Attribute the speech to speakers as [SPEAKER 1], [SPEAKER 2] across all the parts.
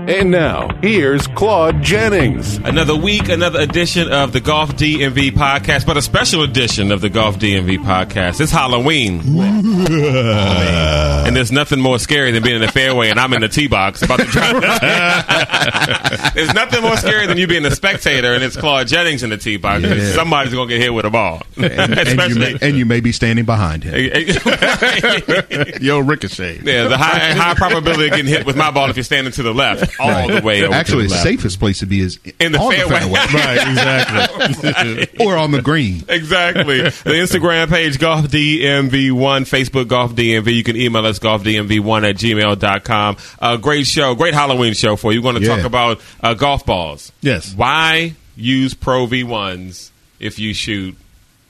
[SPEAKER 1] And now, here's Claude Jennings.
[SPEAKER 2] Another week, another edition of the Golf DMV podcast, but a special edition of the Golf DMV podcast. It's Halloween. and there's nothing more scary than being in the fairway and I'm in the tee box about to drive. there's nothing more scary than you being a spectator and it's Claude Jennings in the tee box.
[SPEAKER 3] Yeah.
[SPEAKER 2] Somebody's going to get hit with a ball.
[SPEAKER 3] and, you may, and you may be standing behind him. Yo, ricochet.
[SPEAKER 2] yeah, the high, high probability of getting hit with my ball if you're standing to the left all the way over
[SPEAKER 3] Actually,
[SPEAKER 2] to
[SPEAKER 3] the
[SPEAKER 2] the left.
[SPEAKER 3] safest place to be is
[SPEAKER 2] In the
[SPEAKER 3] on
[SPEAKER 2] fairway.
[SPEAKER 3] right? Exactly. or on the green.
[SPEAKER 2] exactly. The Instagram page, Golf DMV1, Facebook, Golf DMV. You can email us, golfdmv1 at gmail.com. Uh, great show, great Halloween show for you. We're going to
[SPEAKER 3] Yeah.
[SPEAKER 2] talk about uh, golf balls.
[SPEAKER 3] Yes.
[SPEAKER 2] Why use Pro V1s if you shoot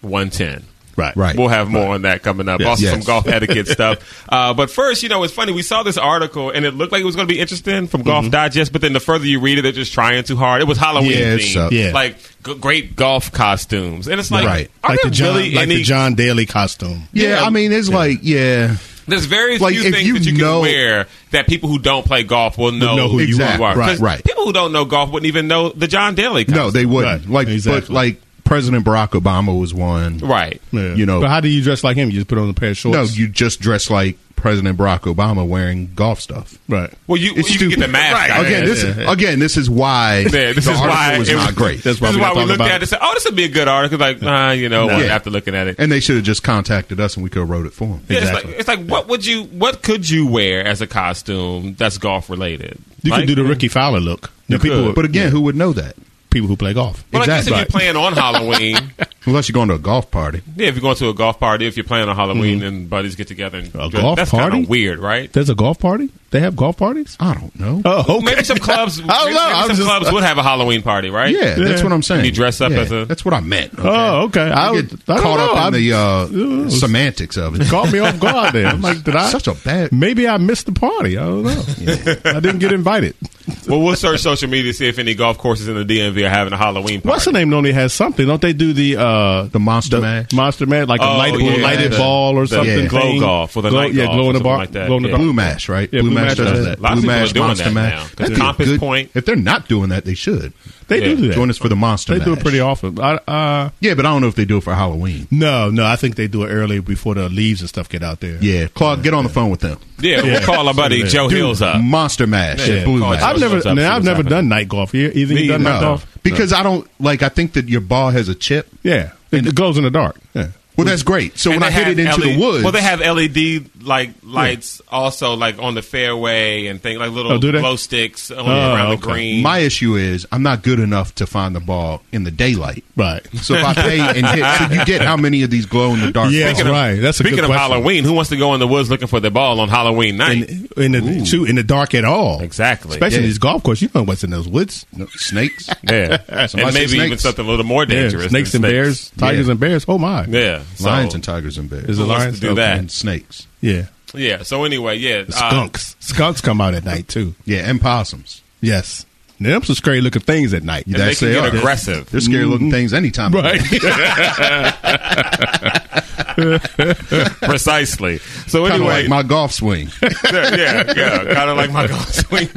[SPEAKER 2] 110?
[SPEAKER 3] Right. Right.
[SPEAKER 2] We'll have more on that coming up.
[SPEAKER 3] Yes.
[SPEAKER 2] Also,
[SPEAKER 3] Yes.
[SPEAKER 2] some golf etiquette stuff. Uh, but first, you know, it's funny. We saw this article and it looked like it was going to be interesting from Golf Digest, but then the further you read it, they're just trying too hard. It was Halloween
[SPEAKER 3] Mm-hmm. Yeah, it
[SPEAKER 2] themed.
[SPEAKER 3] sucked. Yeah.
[SPEAKER 2] Like g- great golf costumes. And it's like,
[SPEAKER 3] Right.
[SPEAKER 2] are
[SPEAKER 4] like
[SPEAKER 2] there
[SPEAKER 4] the John,
[SPEAKER 2] really
[SPEAKER 4] like
[SPEAKER 2] any?
[SPEAKER 4] the John Daly costume.
[SPEAKER 3] yeah,
[SPEAKER 2] Yeah.
[SPEAKER 3] I mean, it's like, yeah.
[SPEAKER 2] there's very
[SPEAKER 3] Like,
[SPEAKER 2] few
[SPEAKER 3] if
[SPEAKER 2] things
[SPEAKER 3] you
[SPEAKER 2] that you can
[SPEAKER 3] know-
[SPEAKER 2] wear that people who don't play golf will know,
[SPEAKER 4] know who you
[SPEAKER 3] Exact-
[SPEAKER 2] are.
[SPEAKER 3] right,
[SPEAKER 2] 'Cause
[SPEAKER 3] right.
[SPEAKER 2] People who don't know golf wouldn't even know the John Daly. Costume.
[SPEAKER 3] No, they wouldn't.
[SPEAKER 4] Right.
[SPEAKER 3] Like, but
[SPEAKER 4] Exactly.
[SPEAKER 3] like President Barack Obama was one.
[SPEAKER 2] right.
[SPEAKER 3] You know.
[SPEAKER 4] but how do you dress like him? You just put on a pair of shorts.
[SPEAKER 3] No, you just dress like President Barack Obama wearing golf stuff.
[SPEAKER 4] right.
[SPEAKER 2] Well, you, you can get the mask.
[SPEAKER 3] Right.
[SPEAKER 2] out.
[SPEAKER 3] Again,
[SPEAKER 4] Yeah,
[SPEAKER 3] this
[SPEAKER 4] yeah,
[SPEAKER 3] is
[SPEAKER 4] yeah.
[SPEAKER 3] again, this is why
[SPEAKER 2] Yeah, this
[SPEAKER 3] the
[SPEAKER 2] is
[SPEAKER 3] article
[SPEAKER 2] why
[SPEAKER 3] was
[SPEAKER 2] it
[SPEAKER 3] not
[SPEAKER 2] was-
[SPEAKER 3] great.
[SPEAKER 4] That's why
[SPEAKER 2] This is why
[SPEAKER 4] we're not
[SPEAKER 2] we
[SPEAKER 4] talking
[SPEAKER 2] looked
[SPEAKER 4] about
[SPEAKER 2] at it and said, oh, this would be a good article. Like, nah, you know,
[SPEAKER 3] Yeah.
[SPEAKER 2] after looking at it.
[SPEAKER 3] and they should have just contacted us and we could have wrote it for them.
[SPEAKER 2] Yeah,
[SPEAKER 4] Exactly.
[SPEAKER 2] It's like, it's like what would you, what could you wear as a costume that's golf related?
[SPEAKER 4] You
[SPEAKER 2] Like-
[SPEAKER 4] could do the Ricky Fowler look. The
[SPEAKER 2] could.
[SPEAKER 4] people,
[SPEAKER 3] But again, who would know that?
[SPEAKER 4] people who play golf.
[SPEAKER 2] Well, I
[SPEAKER 3] exactly.
[SPEAKER 2] guess if you're playing on Halloween,
[SPEAKER 3] Unless you're going to a golf party.
[SPEAKER 2] yeah, if you're going to a golf party, if you're playing on Halloween and buddies get together and
[SPEAKER 4] A golf
[SPEAKER 2] that's kinda
[SPEAKER 4] party?
[SPEAKER 2] weird, right?
[SPEAKER 4] There's a golf party. They have golf parties.
[SPEAKER 3] I don't know.
[SPEAKER 4] Oh, okay.
[SPEAKER 2] Maybe some clubs, maybe,
[SPEAKER 3] I don't know.
[SPEAKER 2] maybe
[SPEAKER 3] I'm
[SPEAKER 2] some
[SPEAKER 3] just-
[SPEAKER 2] clubs would have a Halloween party, right?
[SPEAKER 3] yeah, that's what I'm saying.
[SPEAKER 2] You dress up
[SPEAKER 3] Yeah,
[SPEAKER 2] as a-
[SPEAKER 3] That's what I meant. Okay?
[SPEAKER 4] Oh, okay. I,
[SPEAKER 3] I
[SPEAKER 4] was
[SPEAKER 3] get caught up in the uh, semantics of it.
[SPEAKER 4] caught me off guard there. I'm like, did I?
[SPEAKER 3] Such a bad.
[SPEAKER 4] Maybe I missed the party. I don't know. I didn't get invited.
[SPEAKER 2] Well, we'll search social media to see if any golf courses in the DMV are having a Halloween party.
[SPEAKER 4] What's the name? Only has something. Don't they do the uh,
[SPEAKER 3] The monster man.
[SPEAKER 4] Monster Man, like
[SPEAKER 2] Oh,
[SPEAKER 4] a lighted,
[SPEAKER 2] yeah,
[SPEAKER 4] lighted
[SPEAKER 2] the-
[SPEAKER 4] ball or
[SPEAKER 2] the
[SPEAKER 4] something.
[SPEAKER 2] glow
[SPEAKER 4] thing.
[SPEAKER 2] golf or the night
[SPEAKER 4] yeah,
[SPEAKER 2] golf
[SPEAKER 4] glow
[SPEAKER 2] or
[SPEAKER 4] in the
[SPEAKER 2] something
[SPEAKER 4] bar,
[SPEAKER 2] like that,
[SPEAKER 4] glow in the
[SPEAKER 2] yeah.
[SPEAKER 4] bar.
[SPEAKER 3] Blue Mash, right?
[SPEAKER 4] Yeah, Blue Mash does that.
[SPEAKER 2] Lots of
[SPEAKER 3] Blue
[SPEAKER 2] people
[SPEAKER 3] Mash,
[SPEAKER 2] are doing
[SPEAKER 3] Monster
[SPEAKER 2] that now.
[SPEAKER 3] Man. That'd be a
[SPEAKER 2] Compass
[SPEAKER 3] good-
[SPEAKER 2] Point.
[SPEAKER 3] If they're not doing that, they should.
[SPEAKER 4] They
[SPEAKER 2] Yeah.
[SPEAKER 4] do do that.
[SPEAKER 3] Join us for the Monster
[SPEAKER 4] they do it
[SPEAKER 3] Mash.
[SPEAKER 4] pretty often. I, uh,
[SPEAKER 3] Yeah, but I don't know if they do it for Halloween.
[SPEAKER 4] no, no, I think they do it early before the leaves and stuff get out there.
[SPEAKER 3] Yeah, Claude, get on the phone with them.
[SPEAKER 2] Yeah, we'll call our buddy Joe
[SPEAKER 3] Dude,
[SPEAKER 2] Hills up.
[SPEAKER 3] Monster Mash,
[SPEAKER 2] Yeah.
[SPEAKER 3] at Blue
[SPEAKER 2] Call
[SPEAKER 3] Mash.
[SPEAKER 4] I've
[SPEAKER 2] Joe
[SPEAKER 4] never,
[SPEAKER 2] Hills up, see
[SPEAKER 4] now, I've
[SPEAKER 2] what's
[SPEAKER 4] never
[SPEAKER 2] happening.
[SPEAKER 4] done night golf. You- Either
[SPEAKER 2] Me
[SPEAKER 4] you done
[SPEAKER 2] either.
[SPEAKER 4] night
[SPEAKER 3] No,
[SPEAKER 4] golf?
[SPEAKER 3] because I don't like. I think that your ball has a chip.
[SPEAKER 4] Yeah, it, it goes in the dark. Yeah,
[SPEAKER 3] Well, that's great. So when
[SPEAKER 2] And
[SPEAKER 3] I
[SPEAKER 2] they
[SPEAKER 3] hit
[SPEAKER 2] have
[SPEAKER 3] it into
[SPEAKER 2] LED
[SPEAKER 3] the woods,
[SPEAKER 2] Well, they have LED like lights also like on the fairway and things like little
[SPEAKER 4] Oh, do they?
[SPEAKER 2] glow sticks on,
[SPEAKER 4] Oh,
[SPEAKER 2] around the
[SPEAKER 4] okay.
[SPEAKER 2] green.
[SPEAKER 3] My issue is I'm not good enough to find the ball in the daylight.
[SPEAKER 4] right.
[SPEAKER 3] So if I pay and hit, so you get how many of these glow in the dark?
[SPEAKER 4] Yeah,
[SPEAKER 3] balls?
[SPEAKER 4] that's right. That's
[SPEAKER 2] uh,
[SPEAKER 4] a
[SPEAKER 2] Speaking
[SPEAKER 4] good
[SPEAKER 2] of
[SPEAKER 4] question.
[SPEAKER 2] Halloween, who wants to go in the woods looking for the ball on Halloween night?
[SPEAKER 4] In, in the shoot in the dark at all,
[SPEAKER 2] Exactly.
[SPEAKER 4] Especially
[SPEAKER 3] Yeah.
[SPEAKER 4] these golf courses. You know what's in those woods?
[SPEAKER 3] No, snakes.
[SPEAKER 2] yeah,
[SPEAKER 3] Somebody
[SPEAKER 2] and
[SPEAKER 3] said
[SPEAKER 2] maybe even
[SPEAKER 3] snakes.
[SPEAKER 2] something a little more
[SPEAKER 4] Yeah,
[SPEAKER 2] dangerous.
[SPEAKER 4] snakes
[SPEAKER 2] than
[SPEAKER 4] and bears, tigers
[SPEAKER 3] Yeah.
[SPEAKER 4] and bears. Oh my!
[SPEAKER 2] Yeah, so,
[SPEAKER 3] Lions and tigers and bears.
[SPEAKER 4] Is it
[SPEAKER 2] Who wants
[SPEAKER 4] lions?
[SPEAKER 2] to do that?
[SPEAKER 3] and snakes.
[SPEAKER 4] Yeah,
[SPEAKER 2] yeah. So anyway, yeah, uh,
[SPEAKER 4] skunks. skunks come out at night too.
[SPEAKER 3] Yeah, and possums.
[SPEAKER 4] Yes, now, them some scary looking things at night.
[SPEAKER 2] and they
[SPEAKER 3] That's
[SPEAKER 2] can
[SPEAKER 3] they
[SPEAKER 2] get
[SPEAKER 3] are.
[SPEAKER 2] aggressive.
[SPEAKER 3] They're scary looking things anytime.
[SPEAKER 4] Mm-hmm. Right.
[SPEAKER 2] uh, Precisely. So
[SPEAKER 3] Kind of
[SPEAKER 2] anyway,
[SPEAKER 3] like my golf swing.
[SPEAKER 2] yeah, yeah, kind of like my golf swing.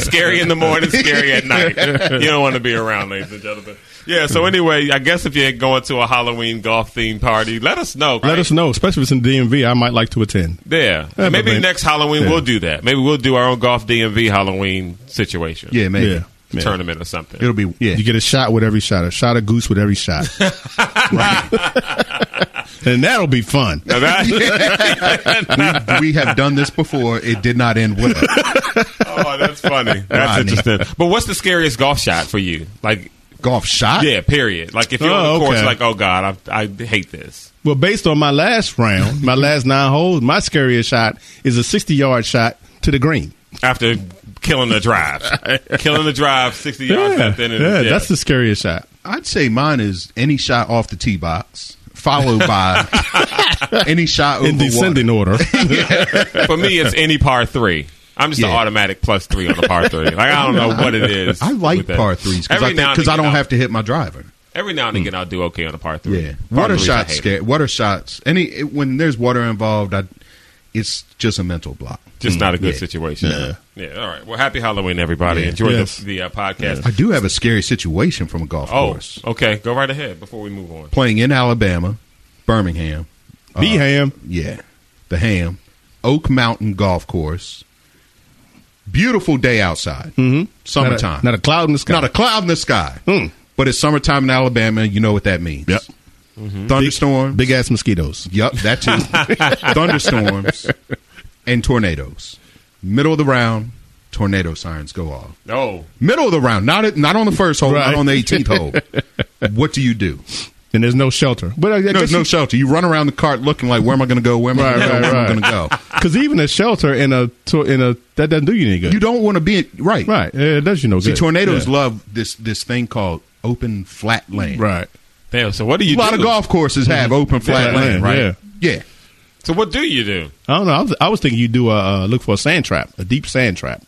[SPEAKER 2] scary in the morning, scary at night. You don't want to be around, ladies and gentlemen. Yeah. So anyway, I guess if you're going to a Halloween golf themed party, let us know.
[SPEAKER 4] Let us know, especially if it's in DMV. I might like to attend.
[SPEAKER 2] Yeah.
[SPEAKER 4] Yeah,
[SPEAKER 2] Maybe
[SPEAKER 4] but man-
[SPEAKER 2] next Halloween
[SPEAKER 4] Yeah.
[SPEAKER 2] we'll do that. Maybe we'll do our own golf DMV Halloween situation.
[SPEAKER 3] Yeah, maybe.
[SPEAKER 4] Yeah.
[SPEAKER 2] Tournament or something.
[SPEAKER 3] It'll be yeah.
[SPEAKER 4] You get a shot with every shot, a shot of goose with every shot, and that'll be fun.
[SPEAKER 2] Now that-
[SPEAKER 3] we have done this before. It did not end well.
[SPEAKER 2] oh, that's funny. That's
[SPEAKER 3] Rodney.
[SPEAKER 2] interesting. But what's the scariest golf shot for you? Like,
[SPEAKER 3] golf shot.
[SPEAKER 2] yeah, period. Like, if you're
[SPEAKER 4] Oh,
[SPEAKER 2] on the course,
[SPEAKER 4] okay.
[SPEAKER 2] like, oh god, I, I hate this.
[SPEAKER 4] Well, based on my last round, my last nine holes, my scariest shot is a sixty-yard shot to the green.
[SPEAKER 2] After killing the drive, killing the drive, sixty yards
[SPEAKER 4] Yeah,
[SPEAKER 2] at the end of the
[SPEAKER 4] yeah,
[SPEAKER 2] yeah.
[SPEAKER 4] that's the scariest shot.
[SPEAKER 3] I'd say mine is any shot off the tee box, followed by any shot over
[SPEAKER 4] In descending order.
[SPEAKER 2] For me, it's any par three. I'm just an
[SPEAKER 3] Yeah.
[SPEAKER 2] automatic plus three on the par three. Like I don't know what it is.
[SPEAKER 3] water. I
[SPEAKER 2] with
[SPEAKER 3] like
[SPEAKER 2] that.
[SPEAKER 3] par threes because
[SPEAKER 2] Every
[SPEAKER 3] I,
[SPEAKER 2] now
[SPEAKER 3] think-
[SPEAKER 2] and
[SPEAKER 3] 'cause I
[SPEAKER 2] again,
[SPEAKER 3] don't
[SPEAKER 2] I'll-
[SPEAKER 3] have to hit my driver.
[SPEAKER 2] Every now and again, I'll do okay on a par three.
[SPEAKER 3] Yeah,
[SPEAKER 2] Par
[SPEAKER 3] water
[SPEAKER 2] threes, I
[SPEAKER 3] shots.
[SPEAKER 2] hate it.
[SPEAKER 3] Scare, water shots. Any it, when there's water involved, I, it's just a mental block.
[SPEAKER 2] Just not a good
[SPEAKER 3] yeah.
[SPEAKER 2] situation. Yeah. All right. Well, happy Halloween, everybody.
[SPEAKER 3] Yeah.
[SPEAKER 2] Enjoy
[SPEAKER 4] Yes.
[SPEAKER 2] the, the uh, podcast.
[SPEAKER 3] I do have a scary situation from a golf
[SPEAKER 2] Oh,
[SPEAKER 3] course.
[SPEAKER 2] okay. Go right ahead before we move on.
[SPEAKER 3] Playing in Alabama, Birmingham. uh,
[SPEAKER 4] The ham.
[SPEAKER 3] Yeah, the Ham, Oak Mountain Golf Course. Beautiful day outside. Mm-hmm. Summertime.
[SPEAKER 4] Not a, not a cloud in the sky.
[SPEAKER 3] Not a cloud in the sky.
[SPEAKER 4] Mm.
[SPEAKER 3] But it's summertime in Alabama. You know what that means.
[SPEAKER 4] Yep.
[SPEAKER 3] Thunderstorm.
[SPEAKER 4] Big ass mosquitoes.
[SPEAKER 3] Yep, that too. Thunderstorms and tornadoes. Middle of the round, tornado sirens go off.
[SPEAKER 2] Oh,
[SPEAKER 3] Middle of the round, not at, not on the first hole,
[SPEAKER 4] Right.
[SPEAKER 3] not on the 18th hole. what do you do?
[SPEAKER 4] And there's no shelter. But I, I
[SPEAKER 3] There's no shelter. You run around the cart looking like, where am I going to go? Where am I going
[SPEAKER 4] Right,
[SPEAKER 3] to go?
[SPEAKER 4] right,
[SPEAKER 3] Where am I
[SPEAKER 4] right.
[SPEAKER 3] going to go?
[SPEAKER 4] Because even a shelter in a, to, in a, that doesn't do you any good.
[SPEAKER 3] You don't want to be in, right.
[SPEAKER 4] right. Yeah, It does you no
[SPEAKER 3] See,
[SPEAKER 4] good.
[SPEAKER 3] tornadoes
[SPEAKER 4] Yeah.
[SPEAKER 3] love this this thing called open flat land.
[SPEAKER 4] Right.
[SPEAKER 2] damn. So what do you?
[SPEAKER 3] A lot
[SPEAKER 2] do?
[SPEAKER 3] of golf courses have open flat
[SPEAKER 4] Flat
[SPEAKER 3] land,
[SPEAKER 4] land,
[SPEAKER 3] right? Yeah.
[SPEAKER 2] So what do you do?
[SPEAKER 4] I don't know. I was, I was thinking you do a, uh, look for a sand trap, a deep sand trap.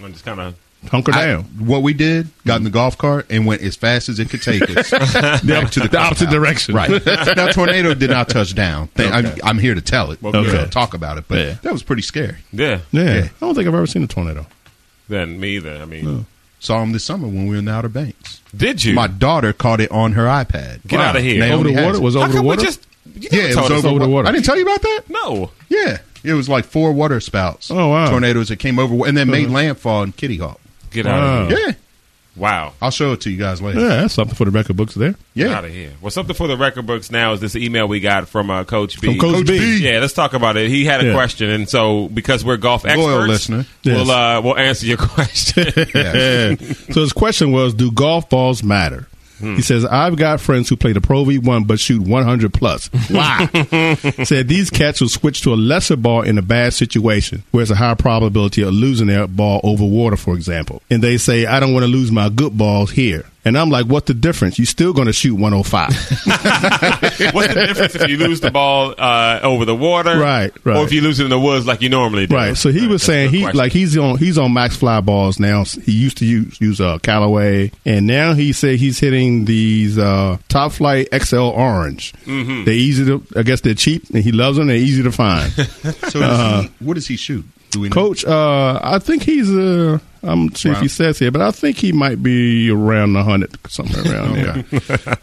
[SPEAKER 2] I'm just kind of.
[SPEAKER 4] Hunker
[SPEAKER 3] I-
[SPEAKER 4] down.
[SPEAKER 3] what we did, got in the golf cart and went as fast as it could take us back to the,
[SPEAKER 4] the opposite
[SPEAKER 3] compound.
[SPEAKER 4] direction.
[SPEAKER 3] Right now, tornado did not touch down. Th- I'm, I'm here to tell it.
[SPEAKER 2] Okay.
[SPEAKER 3] We're gonna talk about it, but
[SPEAKER 4] Yeah.
[SPEAKER 3] that was pretty scary.
[SPEAKER 2] Yeah.
[SPEAKER 4] Yeah.
[SPEAKER 3] Yeah.
[SPEAKER 4] I don't think I've ever seen a tornado.
[SPEAKER 2] Then me either. I mean,
[SPEAKER 3] Saw him this summer when we were in the Outer Banks.
[SPEAKER 2] did you?
[SPEAKER 3] My daughter caught it on her iPad.
[SPEAKER 2] Get outta here.
[SPEAKER 3] Naomi
[SPEAKER 4] over the
[SPEAKER 3] has
[SPEAKER 4] water?
[SPEAKER 3] it.
[SPEAKER 4] Was it
[SPEAKER 2] How
[SPEAKER 4] over the
[SPEAKER 2] come we
[SPEAKER 4] water?
[SPEAKER 2] just? You
[SPEAKER 3] yeah,
[SPEAKER 2] never
[SPEAKER 3] it
[SPEAKER 2] told us
[SPEAKER 3] was over,
[SPEAKER 4] over the
[SPEAKER 3] wa-
[SPEAKER 4] water.
[SPEAKER 3] I didn't tell you about that.
[SPEAKER 2] No.
[SPEAKER 3] Yeah, it was like four water spouts.
[SPEAKER 4] Oh, wow. Uh-huh.
[SPEAKER 3] Tornadoes that came over and then made landfall in Kitty Hawk.
[SPEAKER 2] Get out of
[SPEAKER 4] Wow.
[SPEAKER 2] here.
[SPEAKER 3] Yeah,
[SPEAKER 2] Wow.
[SPEAKER 3] I'll show it to you guys later.
[SPEAKER 4] Oh. Yeah, that's something for the record books there.
[SPEAKER 3] Yeah.
[SPEAKER 2] Out of here. Well, something for the record books now is this email we got from uh, Coach B.
[SPEAKER 4] From Coach Coach B. B.
[SPEAKER 2] Yeah, let's talk about it. He had a
[SPEAKER 4] Yeah.
[SPEAKER 2] question, and so because we're golf experts,
[SPEAKER 3] Loyal listener.
[SPEAKER 2] we'll
[SPEAKER 4] Yes.
[SPEAKER 2] uh, we'll answer your question.
[SPEAKER 3] Yeah.
[SPEAKER 4] so his question was, do golf balls matter? He says, I've got friends who play the Pro V1 but shoot 100 plus. Why? Said these cats will switch to a lesser ball in a bad situation, where it's a high probability of losing their ball over water, for example. And they say, I don't want to lose my good balls here. And I'm like, what's the difference? You're still going to shoot 105.
[SPEAKER 2] What's the difference if you lose the ball uh, over the water,
[SPEAKER 4] Right, right.
[SPEAKER 2] or if you lose it in the woods like you normally do?
[SPEAKER 4] right. So he
[SPEAKER 2] that's
[SPEAKER 4] was
[SPEAKER 2] a
[SPEAKER 4] saying
[SPEAKER 2] good
[SPEAKER 4] he
[SPEAKER 2] question.
[SPEAKER 4] like he's on he's on max fly balls now. He used to use use uh, Callaway, and now he said he's hitting these uh, Top Flight XL Orange. Mm-hmm. They're easy to I guess they're cheap, and he loves them. They're easy to find.
[SPEAKER 3] So
[SPEAKER 4] Uh-huh.
[SPEAKER 3] does he, what does he shoot? Do we know?
[SPEAKER 4] Coach, uh, I think he's uh, I'm not sure if he
[SPEAKER 3] Round.
[SPEAKER 4] says here, but I think he might be around hundred, somewhere around there.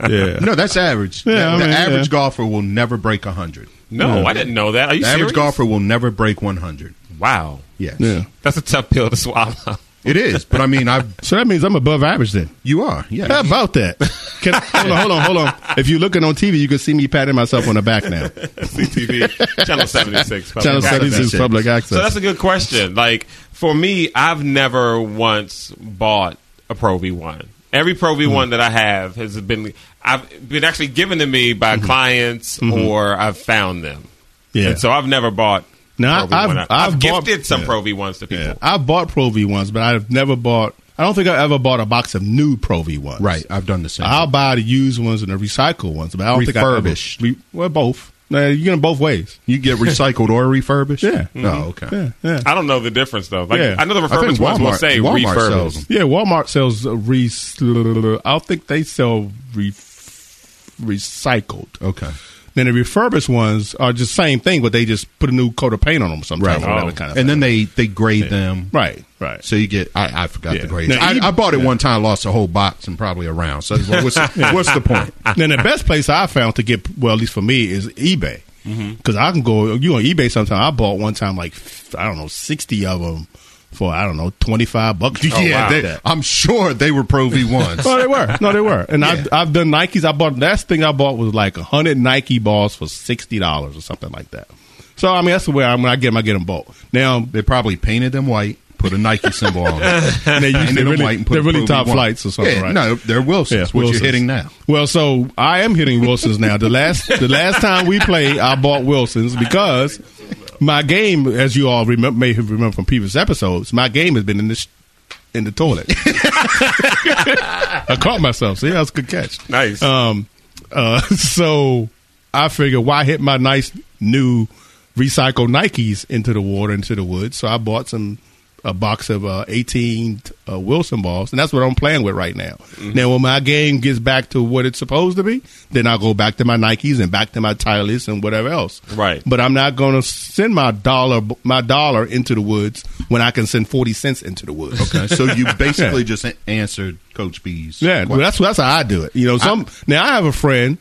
[SPEAKER 4] yeah.
[SPEAKER 3] No, that's average.
[SPEAKER 4] Yeah,
[SPEAKER 3] the
[SPEAKER 4] I
[SPEAKER 3] the
[SPEAKER 4] mean,
[SPEAKER 3] average
[SPEAKER 4] yeah.
[SPEAKER 3] golfer will never break 100.
[SPEAKER 2] no, I didn't know that. Are you
[SPEAKER 3] The average
[SPEAKER 2] serious?
[SPEAKER 3] golfer will never break 100.
[SPEAKER 2] Wow,
[SPEAKER 3] Yes.
[SPEAKER 4] Yeah.
[SPEAKER 2] that's a tough pill to swallow.
[SPEAKER 3] It is, but I mean, I've
[SPEAKER 4] So that means I'm above average then.
[SPEAKER 3] you are. Yeah.
[SPEAKER 4] How about that? Can I, hold on, hold on, hold on. If you're looking on TV, you can see me patting myself on the back now.
[SPEAKER 2] CTV Channel seventy six.
[SPEAKER 4] Channel 76 public access.
[SPEAKER 2] So that's a good question. Like for me, I've never once bought a Pro V1. Every Pro V1
[SPEAKER 3] Hmm.
[SPEAKER 2] that I have has been I've been actually given to me by
[SPEAKER 3] Mm-hmm.
[SPEAKER 2] clients or I've found them.
[SPEAKER 4] Yeah.
[SPEAKER 2] And so I've never bought
[SPEAKER 4] Now,
[SPEAKER 2] Pro V1.
[SPEAKER 4] I've- I've bought-
[SPEAKER 2] gifted some
[SPEAKER 4] yeah.
[SPEAKER 2] Pro V1s to people.
[SPEAKER 4] Yeah. I bought Pro V ones, but I've never bought. I don't think I ever bought a box of new Pro V ones.
[SPEAKER 3] Right. I've done the same.
[SPEAKER 4] I'll buy the used ones and the recycled ones, but I don't
[SPEAKER 3] Refurbished.
[SPEAKER 4] think I ever, re, well both. Nah, you get them both ways.
[SPEAKER 3] you get recycled or refurbished?
[SPEAKER 4] Yeah.
[SPEAKER 3] Oh, okay.
[SPEAKER 4] Yeah, yeah.
[SPEAKER 2] I don't know the difference though. Like
[SPEAKER 4] Yeah.
[SPEAKER 2] I know the
[SPEAKER 3] I think
[SPEAKER 2] refurbished ones will
[SPEAKER 3] Walmart-
[SPEAKER 2] say
[SPEAKER 3] Walmart
[SPEAKER 2] refurbished.
[SPEAKER 3] sells 'em.
[SPEAKER 4] Yeah, Walmart sells uh, re. I think they sell re, recycled.
[SPEAKER 3] Okay.
[SPEAKER 4] Then the refurbished ones are just same thing, but they just put a new coat of paint on them sometimes.
[SPEAKER 3] Right.
[SPEAKER 4] or
[SPEAKER 2] Oh.
[SPEAKER 4] whatever kind of
[SPEAKER 3] And then
[SPEAKER 4] thing.
[SPEAKER 3] they they grade them.
[SPEAKER 4] right, right.
[SPEAKER 3] So you get I, I forgot
[SPEAKER 4] Yeah.
[SPEAKER 3] the grades.
[SPEAKER 4] Now,
[SPEAKER 3] I,
[SPEAKER 4] even-
[SPEAKER 3] I bought it one time, lost a whole box and probably a round. So it's like, what's, what's the point?
[SPEAKER 4] then the best place I found to get, well, at least for me, is eBay.
[SPEAKER 3] Mm-hmm.
[SPEAKER 4] Because I can go, you on eBay sometime. I bought one time like, f- I don't know, 60 of them for, I don't know, 25 bucks.
[SPEAKER 3] Oh, yeah, they, I'm sure they were Pro V ones.
[SPEAKER 4] No, they were. No, they were. And I've, I've done Nikes. I bought, last thing I bought was like 100 Nike balls for $60 or something like that. So, I mean, that's the way I'm, when I get them, I get them both. Now,
[SPEAKER 3] they probably painted them white, put a Nike symbol on. Them.
[SPEAKER 4] and they usually
[SPEAKER 3] Painted them
[SPEAKER 4] really,
[SPEAKER 3] white and put
[SPEAKER 4] they're
[SPEAKER 3] a
[SPEAKER 4] really
[SPEAKER 3] Pro
[SPEAKER 4] top
[SPEAKER 3] V1.
[SPEAKER 4] flights or something,
[SPEAKER 3] Yeah,
[SPEAKER 4] right?
[SPEAKER 3] No, they're Wilsons.
[SPEAKER 4] Yeah,
[SPEAKER 3] what
[SPEAKER 4] Wilsons.
[SPEAKER 3] you're hitting now?
[SPEAKER 4] Well, so I am hitting Wilsons now. The last the last time we played, I bought Wilsons because my game, as you all remember, may have remembered from previous episodes, my game has been in this in the toilet. I caught myself. So yeah, that was a good catch.
[SPEAKER 2] Nice.
[SPEAKER 4] Um, uh, so I figured, why hit my nice new recycled Nikes into the water, into the woods? So I bought some a box of uh, 18 uh, Wilson balls, and that's what I'm playing with right now. Now, when my game gets back to what it's supposed to be, then I'll go back to my Nikes and back to my Titleist and whatever else.
[SPEAKER 2] Right.
[SPEAKER 4] But I'm not going to send my dollar my dollar into the woods when I can send 40 cents into the woods.
[SPEAKER 3] Okay, so you basically just a- answered Coach B's.
[SPEAKER 4] Yeah, well,
[SPEAKER 3] question.
[SPEAKER 4] that's that's how I do it. You know, some now I have a friend,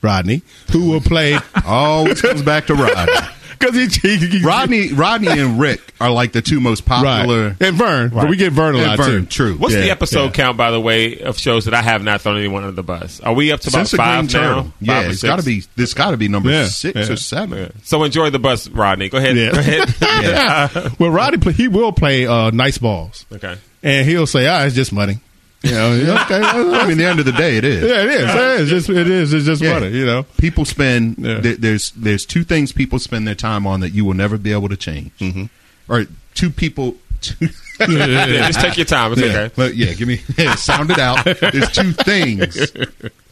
[SPEAKER 4] Rodney, who will play
[SPEAKER 3] always comes back to Rodney.
[SPEAKER 4] because he, he, he-
[SPEAKER 3] Rodney, Rodney, and Rick are like the two most
[SPEAKER 4] right,
[SPEAKER 3] popular.
[SPEAKER 4] and Vern, but we get Vern a
[SPEAKER 3] And
[SPEAKER 4] lot
[SPEAKER 3] Vern,
[SPEAKER 4] too.
[SPEAKER 3] True.
[SPEAKER 2] What's
[SPEAKER 4] Yeah,
[SPEAKER 2] the episode
[SPEAKER 4] yeah.
[SPEAKER 2] count, by the way, of shows that I have not thrown anyone under the bus? Are we up to
[SPEAKER 3] Since the Green
[SPEAKER 2] about five now?
[SPEAKER 3] Turtle. yeah,
[SPEAKER 2] Five or
[SPEAKER 3] it's got to
[SPEAKER 2] six?
[SPEAKER 3] be. This got to be number
[SPEAKER 4] Yeah,
[SPEAKER 3] six
[SPEAKER 4] yeah.
[SPEAKER 3] or seven.
[SPEAKER 2] So enjoy the bus, Rodney. Go ahead.
[SPEAKER 4] Yeah.
[SPEAKER 2] Go ahead.
[SPEAKER 4] Well, Rodney, play, he will play uh, nice balls,
[SPEAKER 2] Okay.
[SPEAKER 4] and he'll say, "Ah, it's just money." You know, yeah, okay,
[SPEAKER 3] I mean, the end of the day, it is.
[SPEAKER 4] yeah, it is. Yeah, it's just it is. It's just
[SPEAKER 3] Yeah.
[SPEAKER 4] money. You know,
[SPEAKER 3] People spend
[SPEAKER 4] Yeah.
[SPEAKER 3] there- there's there's two things people spend their time on that you will never be able to change.
[SPEAKER 4] Mm-hmm.
[SPEAKER 3] Or two people. Two,
[SPEAKER 2] Yeah, just take your time. It's okay.
[SPEAKER 3] But yeah, give me sound it out. There's two things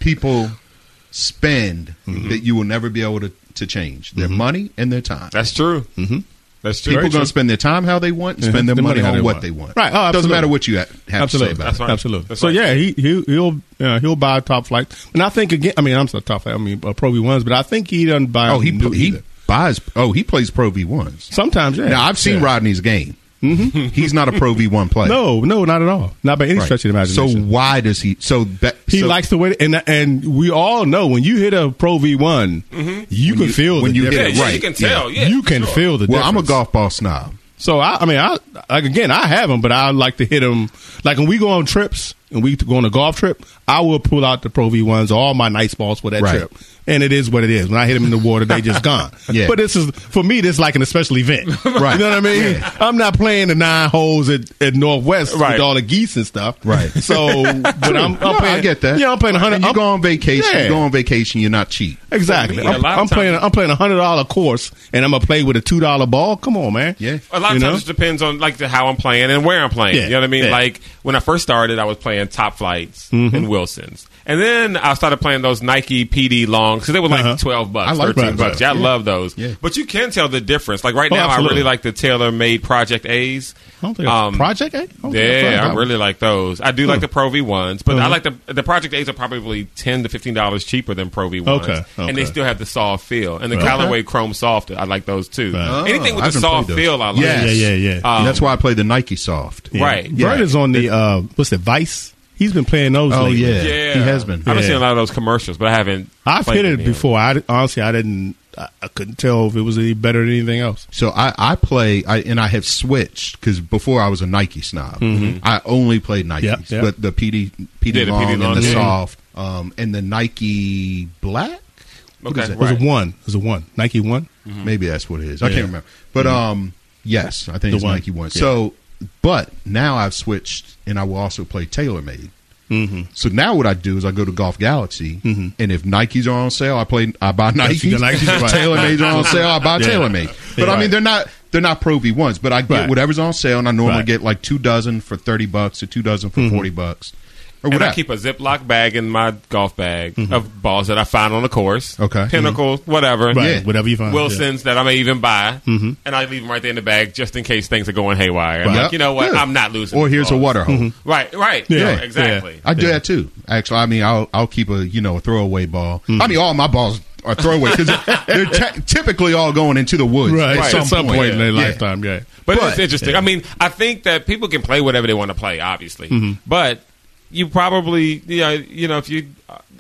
[SPEAKER 3] people spend
[SPEAKER 4] Mm-hmm.
[SPEAKER 3] that you will never be able to, to change: their money and their time.
[SPEAKER 2] That's true. Mm-hmm. That's true. Very
[SPEAKER 3] People going to
[SPEAKER 2] true.
[SPEAKER 3] spend their time how they want, and spend their
[SPEAKER 4] Their money
[SPEAKER 3] money,
[SPEAKER 4] how they
[SPEAKER 3] on what
[SPEAKER 4] want.
[SPEAKER 3] they want.
[SPEAKER 4] Right. Oh,
[SPEAKER 3] Doesn't matter
[SPEAKER 4] absolutely.
[SPEAKER 3] what you ha- have to
[SPEAKER 4] absolutely,
[SPEAKER 3] say about
[SPEAKER 2] That's
[SPEAKER 3] it.
[SPEAKER 2] right.
[SPEAKER 4] absolutely.
[SPEAKER 2] That's
[SPEAKER 4] so
[SPEAKER 2] right.
[SPEAKER 4] yeah, he, he he'll uh, he'll buy top flight, and I think again. I mean, I'm sorry, top flight. I mean, uh, Pro V ones, but I think he doesn't buy.
[SPEAKER 3] Oh, he
[SPEAKER 4] new
[SPEAKER 3] he
[SPEAKER 4] either.
[SPEAKER 3] buys. Oh, he plays Pro V ones.
[SPEAKER 4] sometimes. Yeah,
[SPEAKER 3] Now I've seen
[SPEAKER 4] Yeah. Mm-hmm.
[SPEAKER 3] Rodney's game. He's not a Pro V one player.
[SPEAKER 4] No, no, not at all. Not by any
[SPEAKER 3] Right.
[SPEAKER 4] stretch of the
[SPEAKER 3] So
[SPEAKER 4] imagination.
[SPEAKER 3] why does he? So that,
[SPEAKER 4] he
[SPEAKER 3] so
[SPEAKER 4] likes the way, and and we all know when you hit a Pro V one, you can
[SPEAKER 3] you-
[SPEAKER 4] feel
[SPEAKER 3] when
[SPEAKER 4] the
[SPEAKER 3] you hit
[SPEAKER 4] difference.
[SPEAKER 3] it
[SPEAKER 2] yeah,
[SPEAKER 3] right,
[SPEAKER 2] you can tell. Yeah,
[SPEAKER 4] you can
[SPEAKER 2] sure.
[SPEAKER 4] feel the
[SPEAKER 3] Well,
[SPEAKER 4] difference.
[SPEAKER 3] I'm a golf ball snob.
[SPEAKER 4] So I, I mean, I like again, I have them, but I like to hit them. Like when we go on trips and we go on a golf trip, I will pull out the Pro V ones, all my nice balls for that
[SPEAKER 3] Right.
[SPEAKER 4] trip, and it is what it is. When I hit them in the water, they just gone.
[SPEAKER 3] Yeah.
[SPEAKER 4] But this is for me, this is like an special event.
[SPEAKER 3] Right.
[SPEAKER 4] You know what I mean? I'm not playing the nine holes at, at Northwest
[SPEAKER 2] Right.
[SPEAKER 4] with all the geese and stuff.
[SPEAKER 3] Right.
[SPEAKER 4] So, but I'm, I'm
[SPEAKER 3] No,
[SPEAKER 4] playing.
[SPEAKER 3] I get that.
[SPEAKER 4] Yeah, I'm playing
[SPEAKER 3] And
[SPEAKER 4] hundred.
[SPEAKER 3] You go on vacation.
[SPEAKER 4] Yeah.
[SPEAKER 3] You go on vacation. You're not cheap.
[SPEAKER 4] Exactly.
[SPEAKER 2] For me, a
[SPEAKER 4] I'm,
[SPEAKER 2] lot of
[SPEAKER 4] I'm playing.
[SPEAKER 2] times-
[SPEAKER 4] I'm playing a hundred dollar course, and I'm gonna play with a two dollar ball. Come on, man.
[SPEAKER 3] Yeah.
[SPEAKER 2] A lot
[SPEAKER 4] You
[SPEAKER 2] of
[SPEAKER 4] know?
[SPEAKER 2] times it depends on like the, how I'm playing and where I'm playing.
[SPEAKER 4] Yeah,
[SPEAKER 2] You know what I mean?
[SPEAKER 4] yeah. Mm-hmm.
[SPEAKER 2] Like when I first started, I was playing Top Flights and Wilsons, and then I started playing those Nike PD longs because they were like
[SPEAKER 4] Uh-huh.
[SPEAKER 2] twelve bucks,
[SPEAKER 3] I like
[SPEAKER 2] thirteen
[SPEAKER 3] those.
[SPEAKER 2] bucks. Yeah, I
[SPEAKER 3] Yeah.
[SPEAKER 2] love those.
[SPEAKER 3] Yeah.
[SPEAKER 2] But you can tell the difference. Like right
[SPEAKER 4] Oh,
[SPEAKER 2] now, I
[SPEAKER 4] absolutely.
[SPEAKER 2] really like the tailor made Project A's.
[SPEAKER 4] I don't think I- Project A? I don't think I've heard
[SPEAKER 2] Um, yeah,
[SPEAKER 4] that
[SPEAKER 2] I
[SPEAKER 4] one. Hmm.
[SPEAKER 2] really like those. I do like the Pro V ones, but I
[SPEAKER 4] Uh-huh.
[SPEAKER 2] like the the Project A's are probably ten to fifteen dollars cheaper than Pro V ones,
[SPEAKER 4] Okay,
[SPEAKER 2] and they
[SPEAKER 4] okay.
[SPEAKER 2] still have the soft feel. And the Callaway Chrome Soft, I like those too.
[SPEAKER 4] Right. Oh,
[SPEAKER 2] Anything
[SPEAKER 3] Oh, I
[SPEAKER 2] with the
[SPEAKER 3] haven't
[SPEAKER 2] soft
[SPEAKER 3] played those.
[SPEAKER 2] feel, I like.
[SPEAKER 3] Yes.
[SPEAKER 4] Yeah, yeah, yeah.
[SPEAKER 2] Um,
[SPEAKER 3] That's why I play the Nike Soft.
[SPEAKER 2] Yeah. Right.
[SPEAKER 4] Vern
[SPEAKER 3] Yeah.
[SPEAKER 4] is on the uh, what's the Vice? He's been playing those.
[SPEAKER 3] Oh
[SPEAKER 4] lately.
[SPEAKER 3] yeah.
[SPEAKER 2] Yeah,
[SPEAKER 3] He has been.
[SPEAKER 2] I've been
[SPEAKER 4] Yeah.
[SPEAKER 2] seeing a lot of those commercials, but I haven't.
[SPEAKER 4] I've
[SPEAKER 2] played
[SPEAKER 4] hit it
[SPEAKER 2] any of them.
[SPEAKER 4] before. I honestly, I didn't. I, I couldn't tell if it was any better than anything else.
[SPEAKER 3] So I, I play, I, and I have switched because before I was a Nike snob. I only played Nikes,
[SPEAKER 4] Mm-hmm. Yep, yep.
[SPEAKER 3] but the PD, PD,
[SPEAKER 2] Yeah, the
[SPEAKER 3] long,
[SPEAKER 2] PD long,
[SPEAKER 3] and the
[SPEAKER 2] yeah.
[SPEAKER 3] soft, um, and the Nike black. What
[SPEAKER 2] Okay,
[SPEAKER 3] is it?
[SPEAKER 4] It was
[SPEAKER 2] Right.
[SPEAKER 4] a one. It was a one. Nike one.
[SPEAKER 3] Maybe that's what it is. I
[SPEAKER 4] Mm-hmm. Yeah. Mm-hmm.
[SPEAKER 3] can't remember. But um, yes, I think
[SPEAKER 4] The
[SPEAKER 3] it's
[SPEAKER 4] one.
[SPEAKER 3] Nike one.
[SPEAKER 4] Yeah.
[SPEAKER 3] So, but now I've switched, and I will also play TaylorMade. Mm-hmm. So now what I do is I go to Golf Galaxy, and if Nikes are on sale, I play. I buy
[SPEAKER 4] Yes,
[SPEAKER 3] Nikes.
[SPEAKER 4] you get Mm-hmm. Nikes, right.
[SPEAKER 3] TaylorMade's are on sale, I buy
[SPEAKER 4] Yeah.
[SPEAKER 3] TaylorMade. But I
[SPEAKER 4] Right.
[SPEAKER 3] mean, they're not they're not Pro V ones. But I get
[SPEAKER 4] Right.
[SPEAKER 3] whatever's on sale, and I normally
[SPEAKER 4] Right. Mm-hmm.
[SPEAKER 3] get like two dozen for thirty bucks or two dozen for forty bucks or
[SPEAKER 2] And
[SPEAKER 3] whatever.
[SPEAKER 2] I keep a Ziploc bag in my golf bag
[SPEAKER 4] Mm-hmm.
[SPEAKER 2] of balls that I find on the course.
[SPEAKER 3] Okay.
[SPEAKER 2] Pinnacle, whatever.
[SPEAKER 4] Right.
[SPEAKER 3] Yeah.
[SPEAKER 4] Whatever you find.
[SPEAKER 2] Wilsons that I may even buy,
[SPEAKER 4] Mm-hmm.
[SPEAKER 2] and I leave them right there in the bag just in case things are going haywire. I'm
[SPEAKER 3] Yep.
[SPEAKER 2] like, you know what?
[SPEAKER 3] Yeah.
[SPEAKER 2] I'm not losing.
[SPEAKER 3] Or
[SPEAKER 2] these
[SPEAKER 3] here's a
[SPEAKER 2] balls.
[SPEAKER 3] water hole.
[SPEAKER 4] Mm-hmm.
[SPEAKER 2] Right, right.
[SPEAKER 4] Yeah.
[SPEAKER 2] No, exactly.
[SPEAKER 3] I do that too. Actually, I mean, I'll I'll keep a you know a throwaway ball.
[SPEAKER 4] Hmm.
[SPEAKER 3] I mean, all my balls are throwaway because they're t- typically all going into the woods
[SPEAKER 4] Yeah. Right.
[SPEAKER 3] at some, point,
[SPEAKER 4] in their
[SPEAKER 3] Yeah.
[SPEAKER 4] lifetime. Yeah.
[SPEAKER 2] But,
[SPEAKER 3] But-
[SPEAKER 2] it's interesting. I mean, I think that people can play whatever they want to play, obviously.
[SPEAKER 4] Mm-hmm.
[SPEAKER 2] But you probably, you know, you know, if you